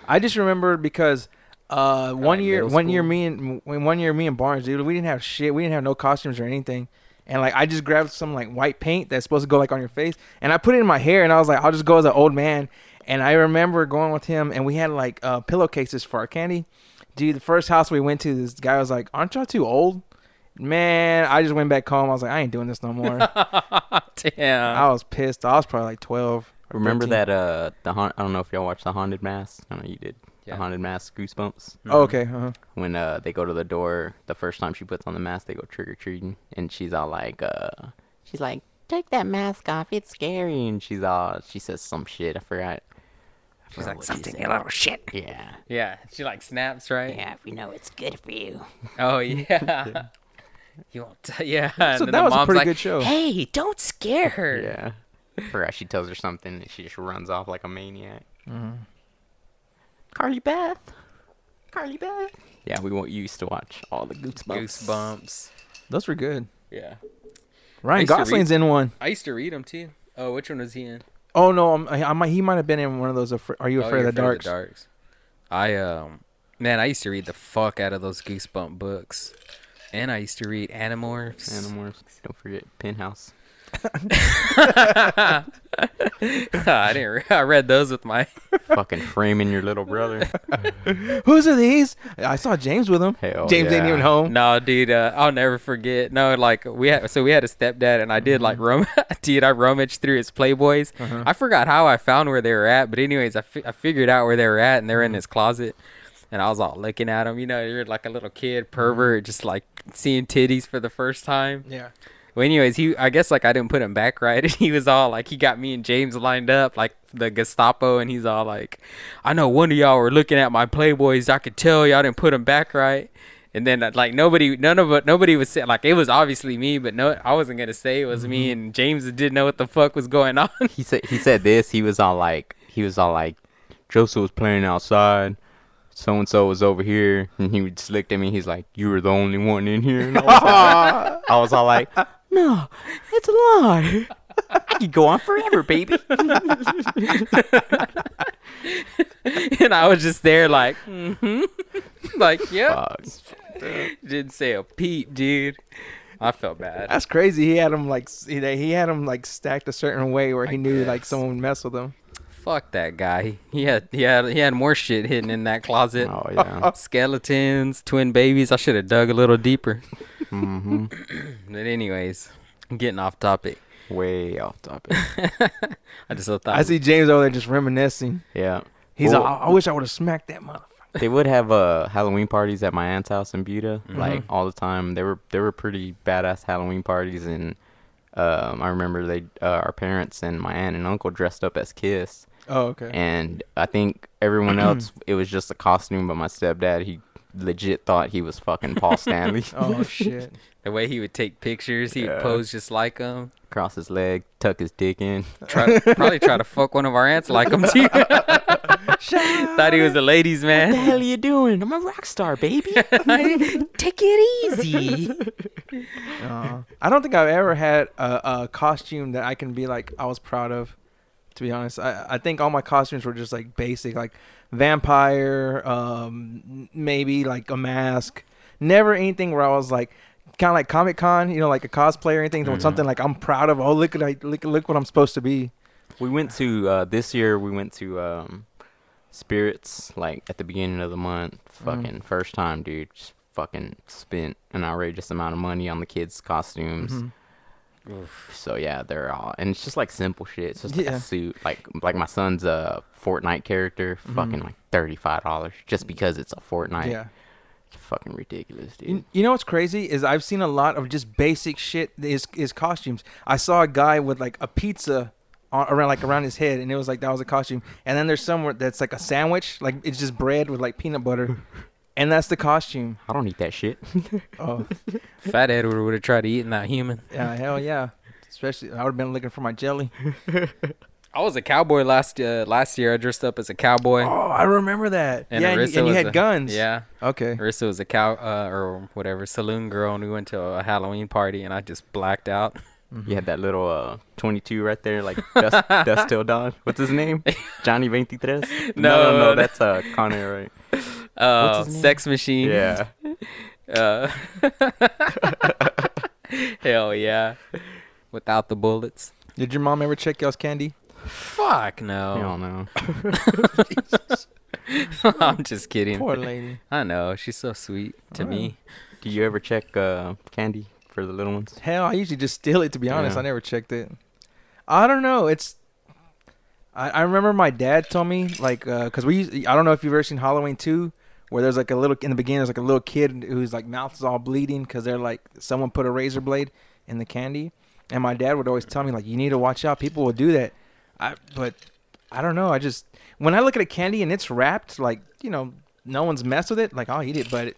Speaker 2: I just remember because uh, one
Speaker 1: Mm. like
Speaker 2: year,
Speaker 1: middle
Speaker 2: one year,
Speaker 1: school?
Speaker 2: me and when one year me and Barnes, dude, we didn't have shit. We didn't have no costumes or anything. And like I just grabbed some like white paint that's supposed to go like on your face, and I put it in my hair, and I was like, I'll just go as an old man. And I remember going with him, and we had like uh, pillowcases for our candy. Dude, the first house we went to, this guy was like, "Aren't y'all too old?" Man, I just went back home. I was like, I ain't doing this no more.
Speaker 1: damn.
Speaker 2: I was pissed. I was probably like twelve. or
Speaker 3: Remember
Speaker 2: 13.
Speaker 3: that uh the haun- I don't know if y'all watched the haunted mass. I know you did.
Speaker 1: Yeah.
Speaker 3: The haunted mass goosebumps.
Speaker 2: Oh, okay. Uh-huh.
Speaker 3: When uh they go to the door, the first time she puts on the mask, they go trick or treating, and she's all like, uh, she's like, take that mask off, it's scary, and she's all she says some shit. I forgot.
Speaker 1: She's like
Speaker 5: Something you little shit.
Speaker 3: Yeah.
Speaker 1: Yeah, she like snaps, right?
Speaker 5: Yeah, we know it's good for you.
Speaker 1: Oh yeah. you won't. T- yeah. and
Speaker 2: So
Speaker 1: then
Speaker 2: that
Speaker 1: the
Speaker 2: was a
Speaker 1: mom's
Speaker 2: pretty
Speaker 1: like,
Speaker 2: good show.
Speaker 1: Hey, don't scare her.
Speaker 3: Yeah. I forgot she tells her something, and she just runs off like a maniac.
Speaker 1: Mm-hmm.
Speaker 3: Carly Beth. Carly Beth. Yeah, we wa- used to watch all the goosebumps.
Speaker 1: Goosebumps.
Speaker 2: Those were good.
Speaker 1: Yeah.
Speaker 2: Ryan
Speaker 1: used to read-
Speaker 2: Gosling's in one.
Speaker 1: I used to read them too. Oh, which one was he in?
Speaker 2: Oh no, I'm, I, I might, he might have been in one of those. Afra- Are you
Speaker 1: Oh,
Speaker 2: afraid
Speaker 1: You're
Speaker 2: of the darks?
Speaker 1: darks. I um, man, I used to read the fuck out of those Goosebump books, and I used to read Animorphs.
Speaker 3: Animorphs. Don't forget Penthouse.
Speaker 1: I didn't. Re- I read those with my.
Speaker 3: Fucking framing your little brother.
Speaker 2: Who's are these? I saw James with him.
Speaker 3: Hell
Speaker 2: James ain't
Speaker 3: yeah.
Speaker 2: even home.
Speaker 1: No, dude, uh, I'll never forget. No, like we had, so we had a stepdad, and I did like rum,
Speaker 2: Mm-hmm.
Speaker 1: dude, I rummaged through his Playboys.
Speaker 2: Uh-huh. Mm-hmm.
Speaker 1: I forgot how I found where they were at, but anyways, I fi- I figured out where they were at, and they're in his closet. and I was all looking at him. You know, you're like a little kid
Speaker 2: Mm-hmm.
Speaker 1: pervert, just like seeing titties for the first time.
Speaker 2: Yeah.
Speaker 1: Well, anyways, he I guess like I didn't put him back right, and he was all like, he got me and James lined up like the Gestapo, and he's all like, I know one of y'all were looking at my Playboys. I could tell y'all didn't put him back right. And then uh, like nobody, none of nobody was sa- like it was obviously me, but no, I wasn't gonna say it was me. And James didn't know what the fuck was going on.
Speaker 3: He said he said this. He was all like he was all like, Joseph was playing outside. So and so was over here, and he just looked at me. He's like, "You were the only one in here." And I, was all, I was all like, "No, it's a lie. I could go on forever, baby."
Speaker 1: and I was just there like, mm-hmm. like yeah,
Speaker 3: Fuck.
Speaker 1: didn't say a peep, dude. I felt bad.
Speaker 2: That's crazy. He had him like s- he he had him like stacked a certain way where he knew like someone would mess with him.
Speaker 1: Fuck that guy. He had he had he had more shit hidden in that closet.
Speaker 3: Oh yeah.
Speaker 1: Skeletons, twin babies. I should have dug a little deeper.
Speaker 3: hmm
Speaker 1: But anyways, getting off topic.
Speaker 3: Way off topic.
Speaker 1: I just thought
Speaker 2: I see James over there just reminiscing.
Speaker 3: Yeah.
Speaker 2: He's
Speaker 3: Well-
Speaker 2: like, I I wish I would have smacked that motherfucker.
Speaker 3: they would have uh Halloween parties at my aunt's house in Buda,
Speaker 2: Mm-hmm.
Speaker 3: like all the time. They were they were pretty badass Halloween parties, and um, I remember they uh, our parents and my aunt and uncle dressed up as Kiss,
Speaker 2: Oh, okay.
Speaker 3: and I think everyone else it was just a costume. But my stepdad, he legit thought he was fucking Paul Stanley.
Speaker 2: Oh shit.
Speaker 1: the way he would take pictures, he would
Speaker 3: Yeah.
Speaker 1: pose just like him.
Speaker 3: Cross his leg, tuck his dick in.
Speaker 1: Try, probably try to fuck one of our aunts like him too. Thought he was a ladies man.
Speaker 5: hell you doing? I'm a rock star, baby.
Speaker 1: Take it easy.
Speaker 2: Uh, I don't think I've ever had a, a costume that I can be like I was proud of. To be honest, I, I think all my costumes were just like basic, like vampire, um, maybe like a mask. Never anything where I was like, kind of like Comic Con, you know, like a cosplay or anything. or Something like I'm proud of. Oh, look at like, look look what I'm supposed to be.
Speaker 3: We went to uh, this year. We went to um, Spirits like at the beginning of the month.
Speaker 2: Mm.
Speaker 3: Fucking first time, dude. Just fucking spent an outrageous amount of money on the kids' costumes.
Speaker 2: Mm-hmm.
Speaker 3: So yeah, they're all and it's just like simple shit. It's just like
Speaker 2: Yeah.
Speaker 3: a suit, like like my son's uh, Fortnite character, fucking like thirty five dollars just because it's a Fortnite.
Speaker 2: Mm-hmm. Yeah.
Speaker 3: it's fucking ridiculous, dude.
Speaker 2: You, you know what's crazy is I've seen a lot of just basic shit that is is costumes. I saw a guy with like a pizza on, around like around his head, and it was like that was a costume. And then there's somewhere that's like a sandwich, like it's just bread with like peanut butter, and that's the costume.
Speaker 3: I don't eat that shit.
Speaker 2: Oh
Speaker 1: Fat Edward would have tried eating that human.
Speaker 2: yeah, hell yeah. Especially I would have been looking for my jelly.
Speaker 1: I was a cowboy last uh, last year. I dressed up as a cowboy.
Speaker 2: Oh, I remember that. yeah, and
Speaker 1: Arissa
Speaker 2: you, and you
Speaker 1: was
Speaker 2: had
Speaker 1: a-
Speaker 2: guns.
Speaker 1: Yeah,
Speaker 2: Okay.
Speaker 1: Arissa was a cow uh, or whatever saloon girl, and we went to a Halloween party, and I just blacked out.
Speaker 3: You had that little uh, 22 right there, like Dust, Dust Till Dawn. What's his name? Johnny 23?
Speaker 1: No,
Speaker 3: no,
Speaker 1: no.
Speaker 3: no, that's uh, Connor, right?
Speaker 1: Uh, sex machine.
Speaker 3: Yeah.
Speaker 1: Uh, hell yeah. Without the bullets.
Speaker 2: Did your mom ever check y'all's candy?
Speaker 1: Fuck
Speaker 3: I
Speaker 1: no.
Speaker 3: don't know.
Speaker 1: I'm just kidding.
Speaker 2: Poor lady.
Speaker 1: I know she's so sweet to me.
Speaker 3: Do you ever check uh, candy for the little ones?
Speaker 2: Hell, I usually just steal it. To be honest,
Speaker 3: Yeah.
Speaker 2: I never checked it. I don't know. It's. I, I remember my dad told me like because we used, I don't know if you've ever seen Halloween two where there's like a little in the beginning there's like a little kid whose like mouth is all bleeding because they're like someone put a razor blade in the candy and my dad would always tell me like you need to watch out people will do that I but I don't know I just when I look at a candy and it's wrapped like you know no one's messed with it like I'll eat it but it,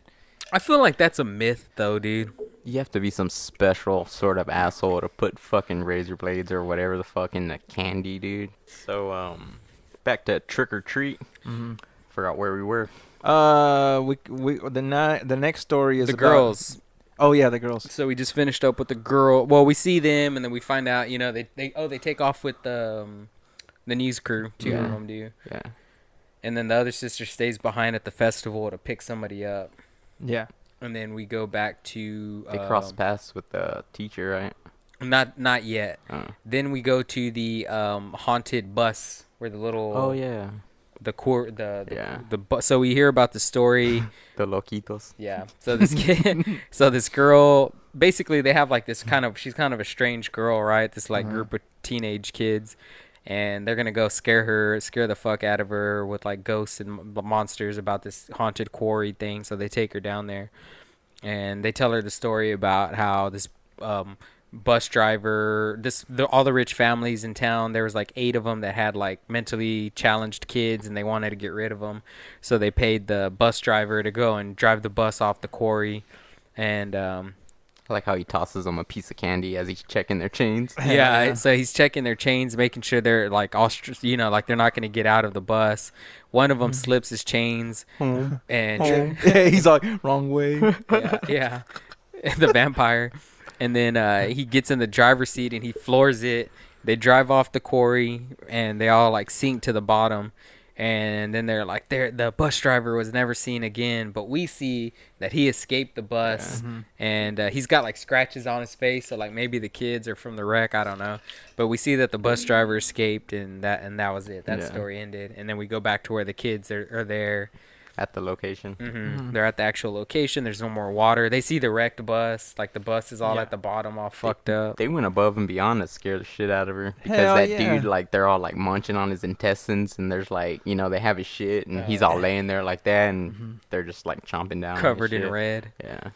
Speaker 1: I feel like that's a myth though, dude.
Speaker 3: You have to be some special sort of asshole to put fucking razor blades or whatever the fuck in the candy, dude. So, um, back to trick or treat. Mm-hmm. Forgot where we were.
Speaker 2: uh we we the ni- the next story is
Speaker 1: The
Speaker 2: about-
Speaker 1: girls.
Speaker 2: oh yeah the girls
Speaker 1: So we just finished up with the girl. Well, we see them, and then we find out, you know, they, they oh they take off with the um, the news crew. Two
Speaker 3: Yeah.
Speaker 1: of them do,
Speaker 3: Yeah.
Speaker 1: and then the other sister stays behind at the festival to pick somebody up,
Speaker 2: yeah.
Speaker 1: and then we go back to
Speaker 3: They cross
Speaker 1: um,
Speaker 3: paths with the teacher, right?
Speaker 1: Not not yet.
Speaker 3: Uh,
Speaker 1: Then we go to the um, haunted bus where the little
Speaker 3: oh, yeah.
Speaker 1: the core the the,
Speaker 3: Yeah.
Speaker 1: the bu- so we hear about the story
Speaker 3: The Loquitos.
Speaker 1: yeah so this kid so this girl
Speaker 3: Uh-huh.
Speaker 1: basically they have like this kind of she's kind of a strange girl right this like group of teenage kids and they're gonna go scare her, scare the fuck out of her with like ghosts and m- monsters about this haunted quarry thing. So they take her down there, and they tell her the story about how this um, bus driver, this the, all the rich families in town, there was like eight of them that had like mentally challenged kids, and they wanted to get rid of them, so they paid the bus driver to go and drive the bus off the quarry, and um,
Speaker 3: I like how he tosses them a piece of candy as he's checking their chains.
Speaker 1: yeah, so he's checking their chains, making sure they're like all, str- you know, like they're not going to get out of the bus. One of them slips his chains and
Speaker 2: Oh. He's like wrong way.
Speaker 1: yeah, yeah. the vampire. And then uh, he gets in the driver's seat and he floors it. They drive off the quarry and they all like sink to the bottom. And then they're like, "There, the bus driver was never seen again." But we see that he escaped the bus, and uh, he's got like scratches on his face. So like maybe the kids are from the wreck. I don't know. But we see that the bus driver escaped, and that and that was it. That
Speaker 3: Yeah.
Speaker 1: story ended. And then we go back to where the kids are, are there,
Speaker 3: At the location.
Speaker 1: hmm They're at the actual location. There's no more water. They see the wrecked bus. Like the bus is all
Speaker 2: Yeah.
Speaker 1: at the bottom, all fucked up.
Speaker 3: They went above and beyond to scare the shit out of her because
Speaker 2: Hell
Speaker 3: that
Speaker 2: yeah.
Speaker 3: dude, like, they're all like munching on his intestines, and there's like, you know, they have his shit, and he's all laying there like that, and they're just like chomping down, on
Speaker 1: Mm-hmm.
Speaker 3: his
Speaker 1: covered in
Speaker 3: shit.
Speaker 1: red.
Speaker 3: Yeah,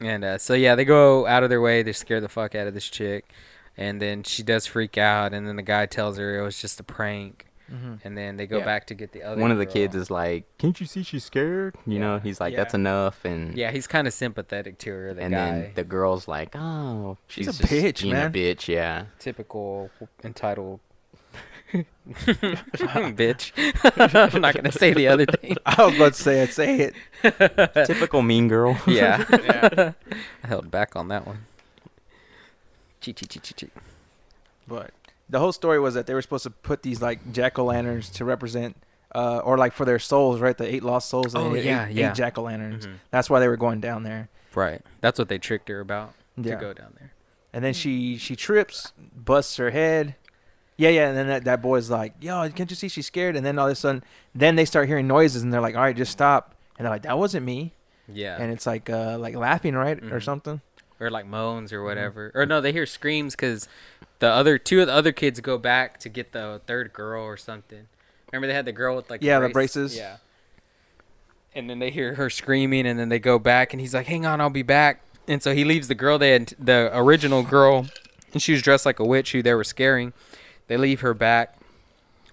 Speaker 1: And uh, so yeah, they go out of their way. They scare the fuck out of this chick, and then she does freak out. And then the guy tells her it was just a prank. And then they go
Speaker 3: Mm-hmm. Yeah.
Speaker 1: back to get the other.
Speaker 3: one of the
Speaker 1: girl.
Speaker 3: kids is like, "Can't you see she's scared?" You know, he's like,
Speaker 1: Yeah.
Speaker 3: "That's enough," and
Speaker 1: Yeah, he's kind of sympathetic to her. The
Speaker 3: and
Speaker 1: guy,
Speaker 3: then the girl's like, "Oh,
Speaker 2: She's
Speaker 3: she's,
Speaker 2: a
Speaker 3: just
Speaker 2: bitch,
Speaker 3: being
Speaker 2: man."
Speaker 3: a bitch." Yeah,
Speaker 1: typical entitled. bitch i'm not gonna say the other thing
Speaker 2: I was about to say it. Say it.
Speaker 3: typical mean girl.
Speaker 1: yeah. I held back on that one. Chee, chee, chee, chee, chee.
Speaker 2: But the whole story was that they were supposed to put these like jack o' lanterns to represent, uh, or like for their souls, right? The eight lost souls. and
Speaker 1: Oh,
Speaker 2: they had
Speaker 1: yeah,
Speaker 2: eight,
Speaker 1: yeah.
Speaker 2: Eight jack o' lanterns. That's why they were going down there.
Speaker 1: Right. That's what they tricked her about
Speaker 2: Yeah.
Speaker 1: to go down there.
Speaker 2: And
Speaker 1: Hmm.
Speaker 2: then she she trips, busts her head. Yeah, yeah. And then that, that boy's like, "Yo, can't you see she's scared?" And then all of a sudden, then they start hearing noises, and they're like, "All right, just stop." And they're like, "That wasn't me."
Speaker 1: Yeah.
Speaker 2: And it's like uh like laughing, right, or
Speaker 1: Mhm.
Speaker 2: something.
Speaker 1: or like moans
Speaker 2: Mm-hmm.
Speaker 1: or whatever. Or no, they hear screams because the other two of the other kids go back to get the third girl or something. Remember they had the girl with like
Speaker 2: Yeah, the braces.
Speaker 1: Yeah. And then they hear her screaming, and then they go back, and he's like, "Hang on, I'll be back." And so he leaves the girl they had, the original girl, and she was dressed like a witch who they were scaring. They leave her back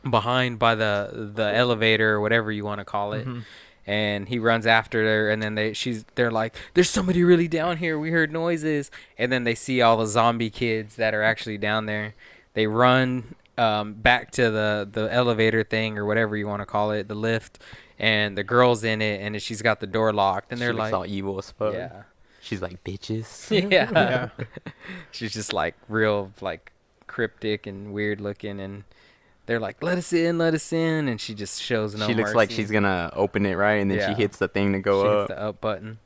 Speaker 1: behind by the the elevator or whatever you want to call it.
Speaker 3: Mm-hmm.
Speaker 1: And he runs after her, and then they she's they're like, "There's somebody really down here. We heard noises." And then they see all the zombie kids that are actually down there. They run um, back to the the elevator thing or whatever you want to call it, the lift, and the girl's in it, and she's got the door locked, and
Speaker 3: She
Speaker 1: they're
Speaker 3: looks
Speaker 1: like,
Speaker 3: all evil as fuck.
Speaker 1: "Yeah,
Speaker 3: She's like, "Bitches."
Speaker 1: yeah." She's just like real like cryptic and weird looking, and they're like, "Let us in, let us in," and she just shows no.
Speaker 3: she looks like
Speaker 1: mercy.
Speaker 3: she's gonna open it right, and then
Speaker 1: Yeah.
Speaker 3: she hits the thing to go
Speaker 1: She hits
Speaker 3: up.
Speaker 1: the up button.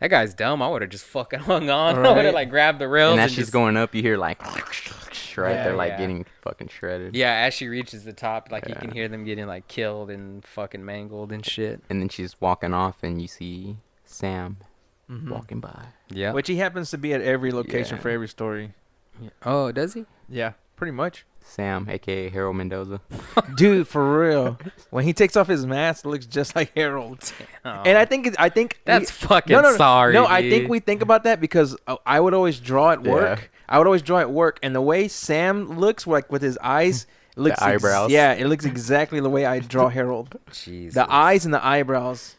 Speaker 1: That guy's dumb. I would have just fucking hung on. I
Speaker 2: Right.
Speaker 1: would have like grabbed the rails.
Speaker 3: and as
Speaker 1: and
Speaker 3: she's
Speaker 1: just-
Speaker 3: going up, you hear like, right?
Speaker 1: Yeah,
Speaker 3: They're like
Speaker 1: yeah.
Speaker 3: getting fucking shredded.
Speaker 1: Yeah, as she reaches the top, like you can
Speaker 3: Yeah.
Speaker 1: hear them getting like killed and fucking mangled and shit.
Speaker 3: And then she's walking off, and you see Sam
Speaker 1: Mm-hmm.
Speaker 3: walking by.
Speaker 1: Yeah.
Speaker 2: Which he happens to be at every location
Speaker 3: Yeah.
Speaker 2: for every story.
Speaker 1: Oh, does he?
Speaker 2: Yeah, pretty much.
Speaker 3: Sam, aka Harold Mendoza.
Speaker 2: dude for real when he takes off his mask it looks just like harold and i think it, i think
Speaker 1: Oh. That's
Speaker 2: we,
Speaker 1: fucking
Speaker 2: no, no, no,
Speaker 1: sorry.
Speaker 2: no i think
Speaker 1: dude.
Speaker 2: we think about that because uh, i would always draw at
Speaker 3: Yeah.
Speaker 2: work i would always draw at work and the way sam looks like with his eyes looks ex-
Speaker 3: eyebrows.
Speaker 2: yeah it looks exactly the way i draw harold
Speaker 1: Jesus.
Speaker 2: the eyes and the eyebrows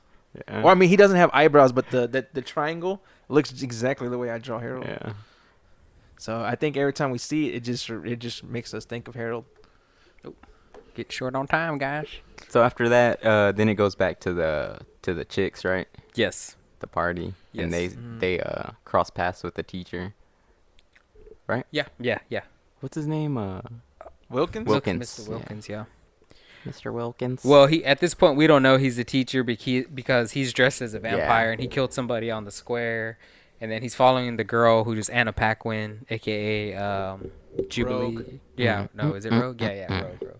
Speaker 3: Yeah.
Speaker 2: or i mean he doesn't have eyebrows but the the, the triangle looks exactly the way i draw harold
Speaker 3: yeah.
Speaker 2: so i think every time we see it it just it just makes us think of harold
Speaker 1: Get short on time, guys.
Speaker 3: So after that, uh, then it goes back to the to the chicks, right?
Speaker 1: Yes.
Speaker 3: The party, and they
Speaker 1: Yes.
Speaker 3: they uh, cross paths with the teacher.
Speaker 1: Yeah. Yeah. Yeah.
Speaker 3: What's his name? Uh,
Speaker 2: wilkins
Speaker 3: Wil-
Speaker 1: Look at
Speaker 3: Wilkins,
Speaker 1: Mr.
Speaker 3: yeah.
Speaker 1: Wilkins. Yeah.
Speaker 3: Mr. Wilkins.
Speaker 1: Well, he at this point we don't know he's a teacher because because he's dressed as a vampire and he killed somebody on the square, and then he's following the girl who is Anna Paquin, aka um, Jubilee.
Speaker 2: Rogue.
Speaker 1: Yeah, no, is it Rogue? Yeah, yeah, Rogue. Rogue.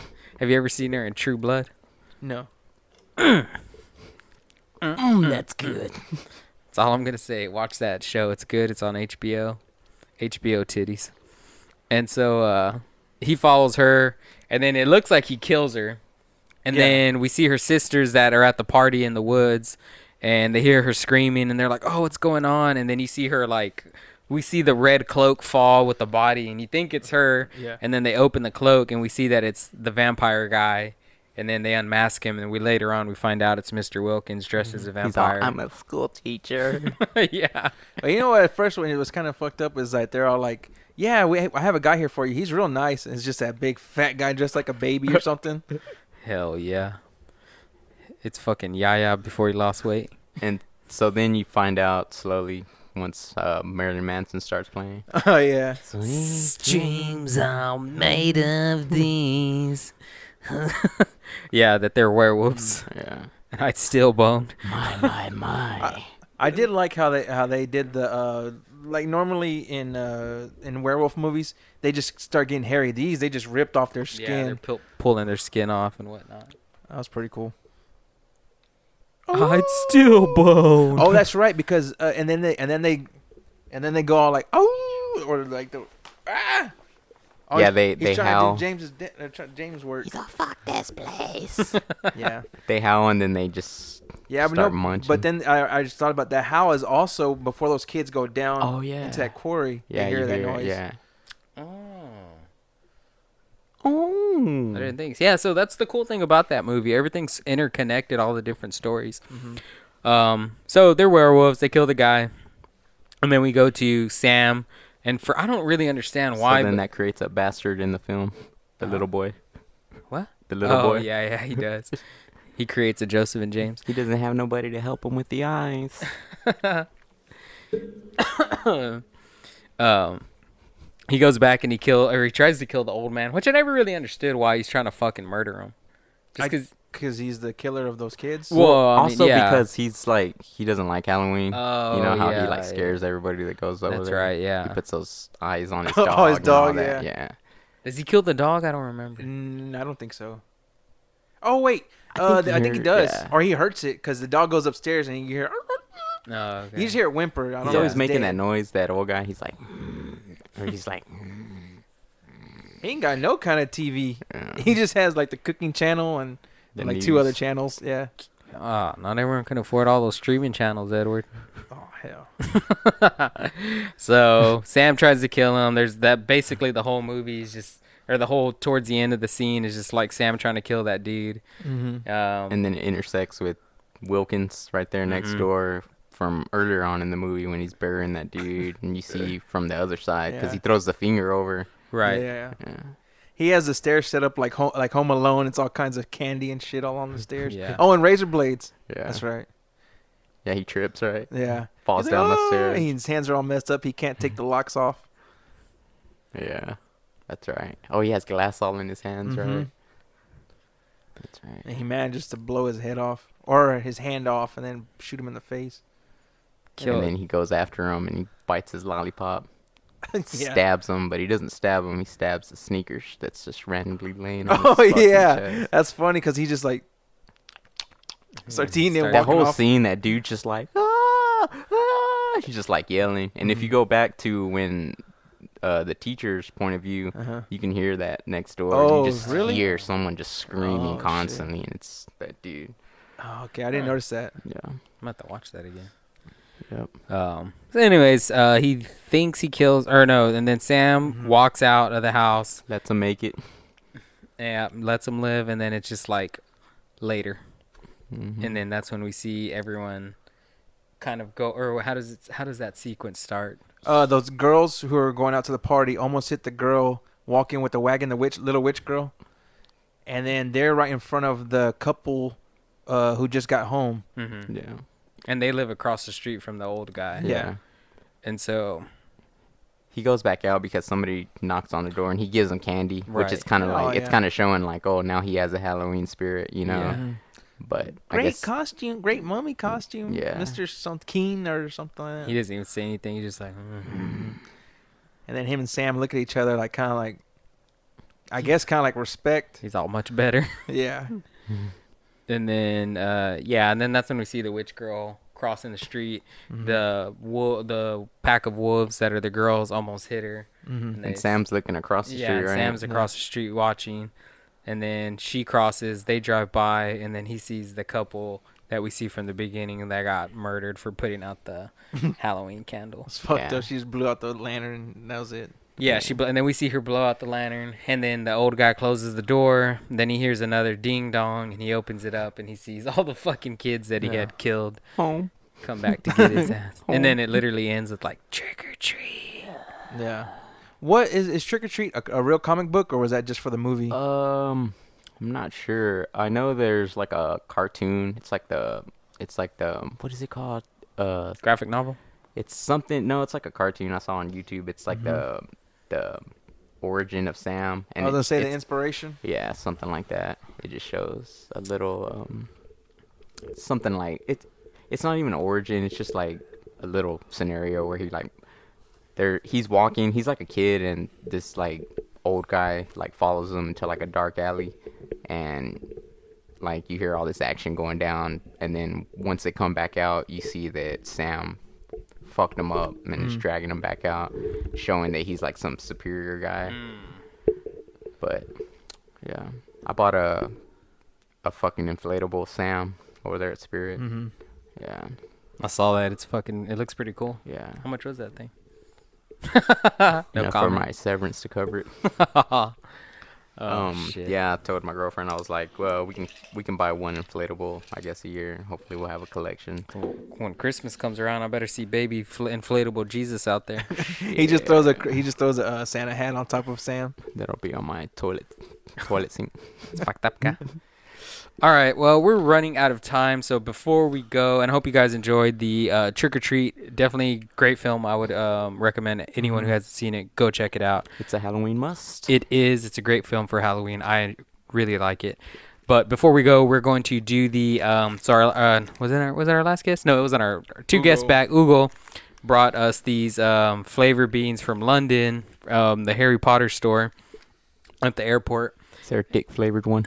Speaker 1: Have you ever seen her in True Blood?
Speaker 2: no
Speaker 5: Mm, that's good.
Speaker 1: That's all I'm gonna say. Watch that show. It's good. It's on HBO. HBO titties. And so uh he follows her, and then it looks like he kills her. And
Speaker 2: Yeah.
Speaker 1: then we see her sisters that are at the party in the woods, and they hear her screaming, and they're like, "Oh, what's going on?" And then you see her like, we see the red cloak fall with the body, and you think it's her.
Speaker 5: Yeah.
Speaker 1: And then they open the cloak, and we see that it's the vampire guy. And then they unmask him, and we later on we find out it's Mr. Wilkins dressed as a
Speaker 3: Mm-hmm. He's all,
Speaker 1: vampire.
Speaker 3: I'm a school teacher.
Speaker 1: yeah.
Speaker 2: But you know what? At first, when it was kind of fucked up, is that they're all like, "Yeah, we I have a guy here for you. He's real nice." And it's just that big fat guy dressed like a baby or something.
Speaker 1: Hell yeah. It's fucking Yaya before he lost weight.
Speaker 3: and so then you find out slowly once uh, Marilyn Manson starts playing.
Speaker 2: oh yeah.
Speaker 1: Dreams are made of these. yeah, that they're werewolves.
Speaker 3: Yeah.
Speaker 1: And I'd still bone.
Speaker 5: My, my, my.
Speaker 2: I did like how they how they did the uh like normally in uh in werewolf movies they just start getting hairy. These they just ripped off their
Speaker 1: Yeah, they're
Speaker 2: skin.
Speaker 1: pul- pulling their skin off and whatnot.
Speaker 2: that was pretty cool.
Speaker 1: I'd still bone.
Speaker 2: Oh, that's right because uh, and then they and then they and then they go all like oh or like the ah. Oh,
Speaker 3: Yeah,
Speaker 2: he's-
Speaker 3: they-
Speaker 2: he's
Speaker 3: they
Speaker 2: trying
Speaker 3: howl.
Speaker 2: To do James's de- uh, try- James work.
Speaker 6: He's all fuck this place.
Speaker 2: yeah.
Speaker 3: They howl and then they just
Speaker 2: Yeah, but
Speaker 3: start
Speaker 2: no,
Speaker 3: munching.
Speaker 2: but then I, I just thought about that. How is also before those kids go down
Speaker 3: Oh, yeah.
Speaker 2: into that quarry,
Speaker 3: yeah,
Speaker 2: they
Speaker 3: you
Speaker 2: hear that
Speaker 3: hear it,
Speaker 2: noise.
Speaker 3: Yeah.
Speaker 1: Oh.
Speaker 3: Oh.
Speaker 1: I didn't think. Yeah, so that's the cool thing about that movie. Everything's interconnected, all the different stories. Um, so they're werewolves. They kill the guy, and then we go to Sam. And for I don't really understand why.
Speaker 3: So then
Speaker 1: but-
Speaker 3: that creates a bastard in the film, the little boy.
Speaker 1: What?
Speaker 3: The little
Speaker 1: oh
Speaker 3: boy.
Speaker 1: yeah, yeah, he does. he creates a Joseph and James.
Speaker 3: He doesn't have nobody to help him with the eyes.
Speaker 1: Um, he goes back and he kill or he tries to kill the old man, which I never really understood why he's trying to fucking murder him. Just because.
Speaker 2: because he's the killer of those kids.
Speaker 1: Well, Oh, I mean,
Speaker 3: also
Speaker 1: yeah.
Speaker 3: because he's like he doesn't like Halloween.
Speaker 1: Oh,
Speaker 3: you know how
Speaker 1: yeah,
Speaker 3: he like
Speaker 1: yeah.
Speaker 3: scares everybody that goes over
Speaker 1: That's
Speaker 3: there.
Speaker 1: right, yeah.
Speaker 3: He puts those eyes on his
Speaker 2: Oh,
Speaker 3: dog.
Speaker 2: his
Speaker 3: and all
Speaker 2: dog,
Speaker 3: that,
Speaker 2: yeah.
Speaker 3: yeah.
Speaker 1: Does he kill the dog? I don't remember.
Speaker 2: Mm, I don't think so. Oh wait, uh,
Speaker 3: think
Speaker 2: th-
Speaker 3: he
Speaker 2: I think he
Speaker 3: heard-
Speaker 2: does,
Speaker 3: yeah.
Speaker 2: or he hurts it because the dog goes upstairs and you hear
Speaker 1: No. okay.
Speaker 2: you just hear it whimper. I don't
Speaker 3: He's
Speaker 2: know if
Speaker 3: always
Speaker 2: it's
Speaker 3: making that
Speaker 2: dead.
Speaker 3: noise. That old guy. He's like, mm, or he's like,
Speaker 2: He ain't got no kind of TV.
Speaker 3: Yeah.
Speaker 2: He just has like the cooking channel and
Speaker 3: The
Speaker 2: like two other
Speaker 3: news.
Speaker 2: channels. Yeah.
Speaker 1: Ah, not everyone can afford all those streaming channels, Edward.
Speaker 2: Oh hell.
Speaker 1: So Sam tries to kill him. There's that basically the whole movie is just or the whole towards the end of the scene is just like Sam trying to kill that dude. Um,
Speaker 3: and then it intersects with Wilkins right there next
Speaker 2: Mm-hmm.
Speaker 3: door from earlier on in the movie when he's burying that dude, and you see from the other side because
Speaker 2: Yeah.
Speaker 3: he throws the finger over.
Speaker 1: right.
Speaker 2: Yeah.
Speaker 3: Yeah.
Speaker 2: He has the stairs set up like home, like Home Alone. It's all kinds of candy and shit all on the stairs.
Speaker 1: Yeah.
Speaker 2: Oh, and razor blades.
Speaker 3: Yeah.
Speaker 2: That's right.
Speaker 3: Yeah, he trips right.
Speaker 2: Yeah.
Speaker 3: Falls
Speaker 2: He's like,
Speaker 3: down the
Speaker 2: "Ah,"
Speaker 3: stairs.
Speaker 2: and His hands are all messed up. He can't take the locks off.
Speaker 3: Yeah, that's right. Oh, he has glass all in his hands, right?
Speaker 2: Mhm.
Speaker 3: That's right.
Speaker 2: And he manages to blow his head off or his hand off and then shoot him in the face.
Speaker 1: Kill
Speaker 3: and then he goes after him and he bites his lollipop,
Speaker 2: yeah.
Speaker 3: stabs him, but he doesn't stab him. He stabs the sneakers that's just randomly laying on.
Speaker 2: Oh
Speaker 3: his fucking
Speaker 2: yeah,
Speaker 3: chest.
Speaker 2: that's funny because he just like starts eating and
Speaker 1: That
Speaker 3: That
Speaker 2: walking
Speaker 3: whole
Speaker 2: off.
Speaker 3: scene, that dude just like ah, ah, he's just like yelling. And
Speaker 2: Mm-hmm.
Speaker 3: if you go back to when uh, the teacher's point of view,
Speaker 2: Uh-huh.
Speaker 3: you can hear that next door.
Speaker 2: Oh,
Speaker 3: you just
Speaker 2: really?
Speaker 3: hear someone just
Speaker 2: Oh,
Speaker 3: screaming
Speaker 2: shit.
Speaker 3: constantly, and it's that dude.
Speaker 2: Oh, okay, I didn't notice that.
Speaker 3: Yeah.
Speaker 1: I'm about to watch that again.
Speaker 3: Yep.
Speaker 1: Um. So, anyways, uh, he thinks he kills, or no, and then Sam
Speaker 3: Mm-hmm.
Speaker 1: walks out of the house
Speaker 3: Lets him make it.
Speaker 1: and lets him live, and then it's just like later,
Speaker 3: Mm-hmm.
Speaker 1: and then that's when we see everyone kind of go. Or how does it? How does that sequence start?
Speaker 2: Uh, those girls who are going out to the party almost hit the girl walking with the wagon, the witch, little witch girl, and then they're right in front of the couple uh, who just got home.
Speaker 1: Mm-hmm.
Speaker 3: Yeah.
Speaker 1: And they live across the street from the old guy,
Speaker 2: Yeah.
Speaker 1: and so
Speaker 3: He goes back out because somebody knocks on the door and he gives him candy, which is
Speaker 1: Right.
Speaker 3: kind of
Speaker 2: Oh,
Speaker 3: like it's
Speaker 2: yeah.
Speaker 3: kind of showing like oh now he has a Halloween spirit, you know.
Speaker 1: Yeah.
Speaker 3: But Mm-hmm. I
Speaker 2: Great
Speaker 3: guess
Speaker 2: costume, great mummy costume.
Speaker 3: Yeah.
Speaker 2: Mister something Keen or something. Like that.
Speaker 1: he doesn't even say anything. He's just like, "Mm."
Speaker 2: And then him and Sam look at each other like kind of like, I guess kind of like respect.
Speaker 1: he's all much better.
Speaker 2: Yeah.
Speaker 1: And then, uh, yeah, and then that's when we see the witch girl crossing the street, the wo- the pack of wolves that are the girls almost hit her. they-
Speaker 3: And Sam's looking across the
Speaker 1: yeah,
Speaker 3: street
Speaker 1: and
Speaker 3: right
Speaker 1: Sam's across the street watching, and then she crosses. They drive by, and then he sees the couple that we see from the beginning that got murdered for putting out the Halloween candle.
Speaker 2: It's fucked
Speaker 3: Yeah.
Speaker 2: up. She just blew out the lantern. And that was it.
Speaker 1: Yeah, she bl- and then we see her blow out the lantern, and then the old guy closes the door. Then he hears another ding dong, and he opens it up, and he sees all the fucking kids that he had killed
Speaker 3: home.
Speaker 1: come back to get his ass. And then it literally ends with like trick or treat.
Speaker 2: Yeah. What is is Trick or Treat a, a real comic book or was that just for the movie?
Speaker 3: Um, I'm not sure. I know there's like a cartoon. It's like the, it's like the, what is it called? Uh,
Speaker 1: Graphic novel.
Speaker 3: it's something. No, it's like a cartoon I saw on YouTube. It's like the, the origin of Sam.
Speaker 2: Mm-hmm. I was
Speaker 3: it-
Speaker 2: gonna say the
Speaker 3: it's-
Speaker 2: inspiration.
Speaker 3: Yeah, something like that. It just shows a little um something like it it's not even an origin, it's just like a little scenario where he like there he's walking, he's like a kid and this like old guy like follows him into like a dark alley and like you hear all this action going down and then once they come back out you see that Sam fucked him up and is dragging him back out showing that he's like some superior guy but yeah, I bought a a fucking inflatable Sam over there at Spirit. Mm-hmm. Yeah,
Speaker 1: I saw that. It's fucking. It looks pretty cool.
Speaker 3: yeah.
Speaker 1: How much was that thing?
Speaker 3: Enough for
Speaker 1: comment.
Speaker 3: my severance to cover it.
Speaker 1: Oh,
Speaker 3: um, yeah, I told my girlfriend I was like, well, we can we can buy one inflatable, I guess, a year. Hopefully, we'll have a collection.
Speaker 1: When Christmas comes around, I better see baby fl- inflatable Jesus out there.
Speaker 2: He just throws a he just throws a uh, Santa hat on top of Sam.
Speaker 3: That'll be on my toilet toilet sink.
Speaker 1: It's fucked up, guy. All right, well, we're running out of time, so before we go, and I hope you guys enjoyed the uh, Trick or Treat. Definitely great film. I would um, recommend anyone who hasn't seen it go check it out.
Speaker 3: It's a Halloween must.
Speaker 1: It is. It's a great film for Halloween. I really like it. But before we go, we're going to do the. Um, sorry, uh, was it our was it our last guest? No, it was on our our two guests back. Ugo brought us these um, flavor beans from London, um, the Harry Potter store at the airport.
Speaker 3: Is there a dick flavored one?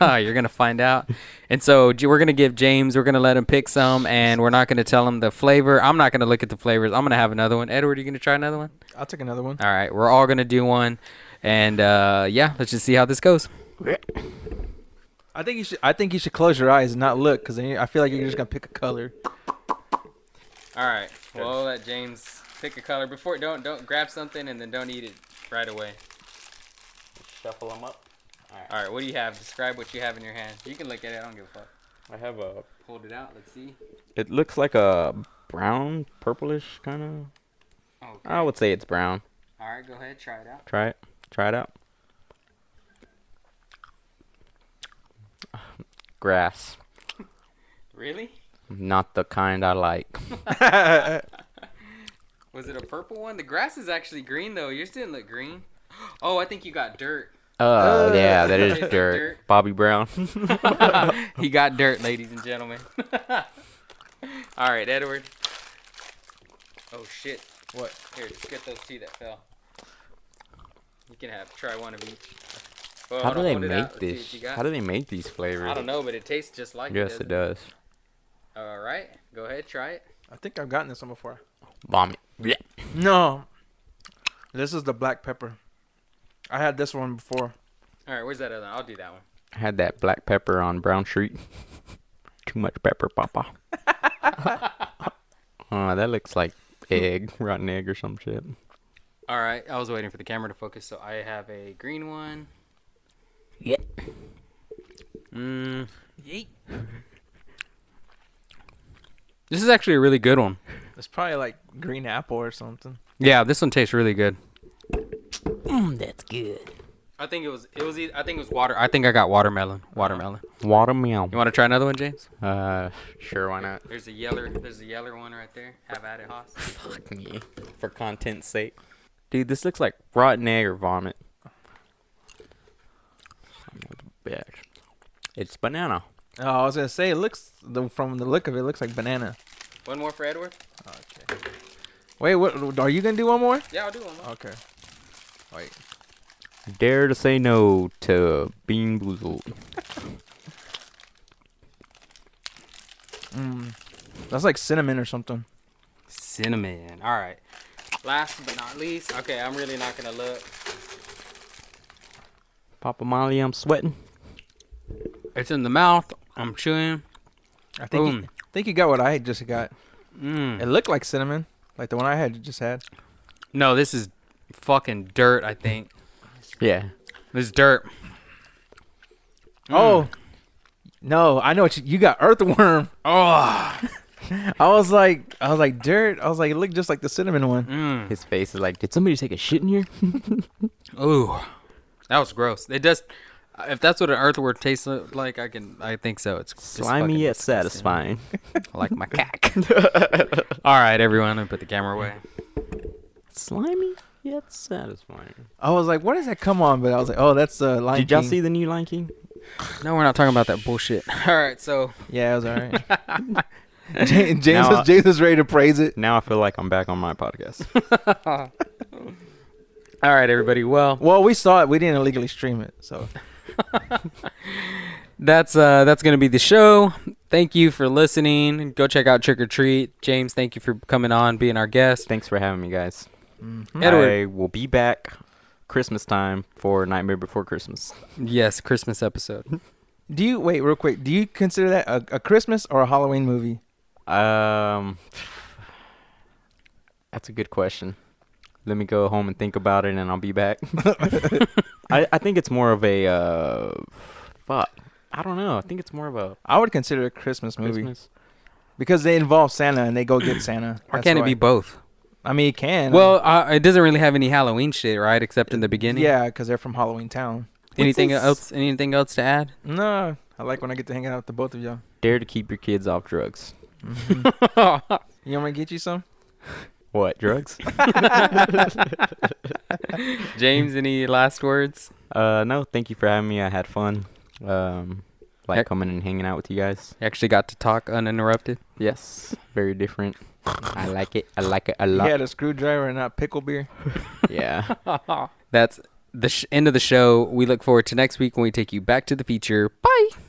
Speaker 1: You're gonna find out. And so J- we're gonna give James. We're gonna let him pick some, and we're not gonna tell him the flavor. I'm not gonna look at the flavors. I'm gonna have another one. Edward, you gonna try another one?
Speaker 2: I'll take another one.
Speaker 1: All right, we're all gonna do one, and uh, yeah, let's just see how this goes.
Speaker 2: I think you should I think you should close your eyes and not look because then you, I feel like you're just gonna pick a color.
Speaker 1: All right. Well, I'll let James pick a color before. Don't don't grab something and then don't eat it right away.
Speaker 3: Shuffle them up.
Speaker 1: All right. What do you have? Describe what you have in your hand. You can look at it. I don't give a fuck.
Speaker 3: I have a.
Speaker 1: Hold it out. Let's see.
Speaker 3: It looks like a brown, purplish kind of.
Speaker 1: Okay.
Speaker 3: I would say it's brown.
Speaker 1: All right. Go ahead. Try it out.
Speaker 3: Try it. Try it out. Grass.
Speaker 1: Really?
Speaker 3: Not the kind I like.
Speaker 1: Was it a purple one? The grass is actually green though. Yours didn't look green. Oh, I think you got dirt.
Speaker 3: Oh, yeah, that is
Speaker 1: Tastes like
Speaker 3: dirt.
Speaker 1: dirt.
Speaker 3: Bobby Brown.
Speaker 1: He got dirt, ladies and gentlemen. All right, Edward. Oh shit. What? Here, just get those two that fell. You can have try one of each. Well,
Speaker 3: How
Speaker 1: hold
Speaker 3: do
Speaker 1: on,
Speaker 3: they
Speaker 1: hold it
Speaker 3: make
Speaker 1: out. Let's see
Speaker 3: this?
Speaker 1: what you got.
Speaker 3: How do they make these flavors?
Speaker 1: I don't know, but it tastes just like
Speaker 3: Yes,
Speaker 1: it
Speaker 3: it
Speaker 1: does.
Speaker 3: does.
Speaker 1: All right, go ahead, try it.
Speaker 2: I think I've gotten this one before.
Speaker 3: Vomit. Yeah.
Speaker 2: No, this is the black pepper. I had this one before.
Speaker 1: All right, where's that other? one? I'll do that one.
Speaker 3: I had that black pepper on Brown Street. Too much pepper, Papa. oh, that looks like egg, rotten egg or some shit.
Speaker 1: All right, I was waiting for the camera to focus, so I have a green one.
Speaker 5: Yeah.
Speaker 1: Mm. This is actually a really good one.
Speaker 2: It's probably like green apple or something.
Speaker 1: Yeah, this one tastes really good.
Speaker 5: Mm, that's good.
Speaker 1: I think it was it was e- I think it was water. I think I got watermelon. Watermelon.
Speaker 3: Watermelon.
Speaker 1: You want to try another one, James?
Speaker 3: Uh, sure, why not?
Speaker 1: There's a yeller. There's a yeller one right there. Have at it, Haas.
Speaker 3: Fuck me. For content's sake. Dude, this looks like rotten egg or vomit. Son of a bitch. It's banana.
Speaker 2: Oh, I was gonna say it looks the, from the look of it, it looks like banana.
Speaker 1: One more for Edward.
Speaker 2: Wait, what? Are you gonna do one more?
Speaker 1: Yeah, I'll do one more.
Speaker 2: Okay. Wait.
Speaker 3: Dare to say no to bean boozled.
Speaker 2: That's like cinnamon or something.
Speaker 1: Cinnamon. All right. Last but not least. Okay, I'm really not gonna look.
Speaker 3: Papa Molly, I'm sweating.
Speaker 1: It's in the mouth. I'm chewing.
Speaker 2: I think you,
Speaker 1: Boom.
Speaker 2: think you got what I just got.
Speaker 1: Mm.
Speaker 2: It looked like cinnamon, like the one I had just had.
Speaker 1: No, this is fucking dirt. I think
Speaker 3: Yeah.
Speaker 1: this is dirt.
Speaker 2: Oh, no, I know what you, you got. Earthworm.
Speaker 1: Oh.
Speaker 2: I was like, I was like dirt. I was like, it looked just like the cinnamon one.
Speaker 1: Mm.
Speaker 3: His face is like, did somebody take a shit in here?
Speaker 1: Ooh. That was gross. It does. If that's what an earthworm tastes like, I can. I think so. It's just fucking
Speaker 3: Slimy yet
Speaker 1: disgusting.
Speaker 3: satisfying.
Speaker 1: I like my cack. All right, everyone, i put the camera away.
Speaker 3: Slimy yet satisfying.
Speaker 2: I was like, what does that come on? But I was like, oh, that's uh, Lion
Speaker 3: Did y'all
Speaker 2: King.
Speaker 3: see the new Lion King?
Speaker 1: No, we're not talking about that bullshit. All right, so
Speaker 2: Yeah, it was all right. Ja- James,
Speaker 3: Now,
Speaker 2: was,
Speaker 3: uh,
Speaker 2: James was ready to praise it.
Speaker 3: Now I feel like I'm back on my podcast.
Speaker 1: all right, everybody. Well,
Speaker 2: Well, we saw it. We didn't illegally stream it, so
Speaker 1: that's uh that's gonna be the show thank you for listening go check out trick or treat james thank you for coming on being our guest
Speaker 3: Thanks for having me, guys.
Speaker 1: edward
Speaker 3: I will be back Christmas time for Nightmare Before Christmas.
Speaker 1: yes christmas episode
Speaker 2: Do you wait real quick? Do you consider that a, a Christmas or a Halloween movie?
Speaker 3: Um, that's a good question. Let me go home and think about it, and I'll be back. I, I think it's more of a uh, fuck. I don't know. I think it's more of a
Speaker 2: I would consider it a Christmas movie
Speaker 3: Christmas.
Speaker 2: because they involve Santa and they go get Santa.
Speaker 1: or
Speaker 2: That's
Speaker 1: can it
Speaker 2: why.
Speaker 1: be both
Speaker 2: I mean, it can.
Speaker 1: well uh, it doesn't really have any halloween shit right except in the beginning
Speaker 2: yeah, because they're from Halloween Town.
Speaker 1: anything
Speaker 3: What's
Speaker 1: else anything else to add
Speaker 2: No, I like when I get to hang out with the both of y'all.
Speaker 3: Dare to keep your kids off drugs.
Speaker 2: You want me to get you some?
Speaker 3: What drugs?
Speaker 1: james any last words
Speaker 3: uh, no. Thank you for having me. I had fun. Um,
Speaker 1: Heck.
Speaker 3: like coming and hanging out with you guys.
Speaker 1: you actually got to talk uninterrupted
Speaker 3: Yes, very different. I like it. I like it a
Speaker 2: He
Speaker 3: lot.
Speaker 2: had a screwdriver and not pickle beer.
Speaker 3: yeah.
Speaker 1: that's the sh- end of the show we look forward to next week when we take you back to the feature bye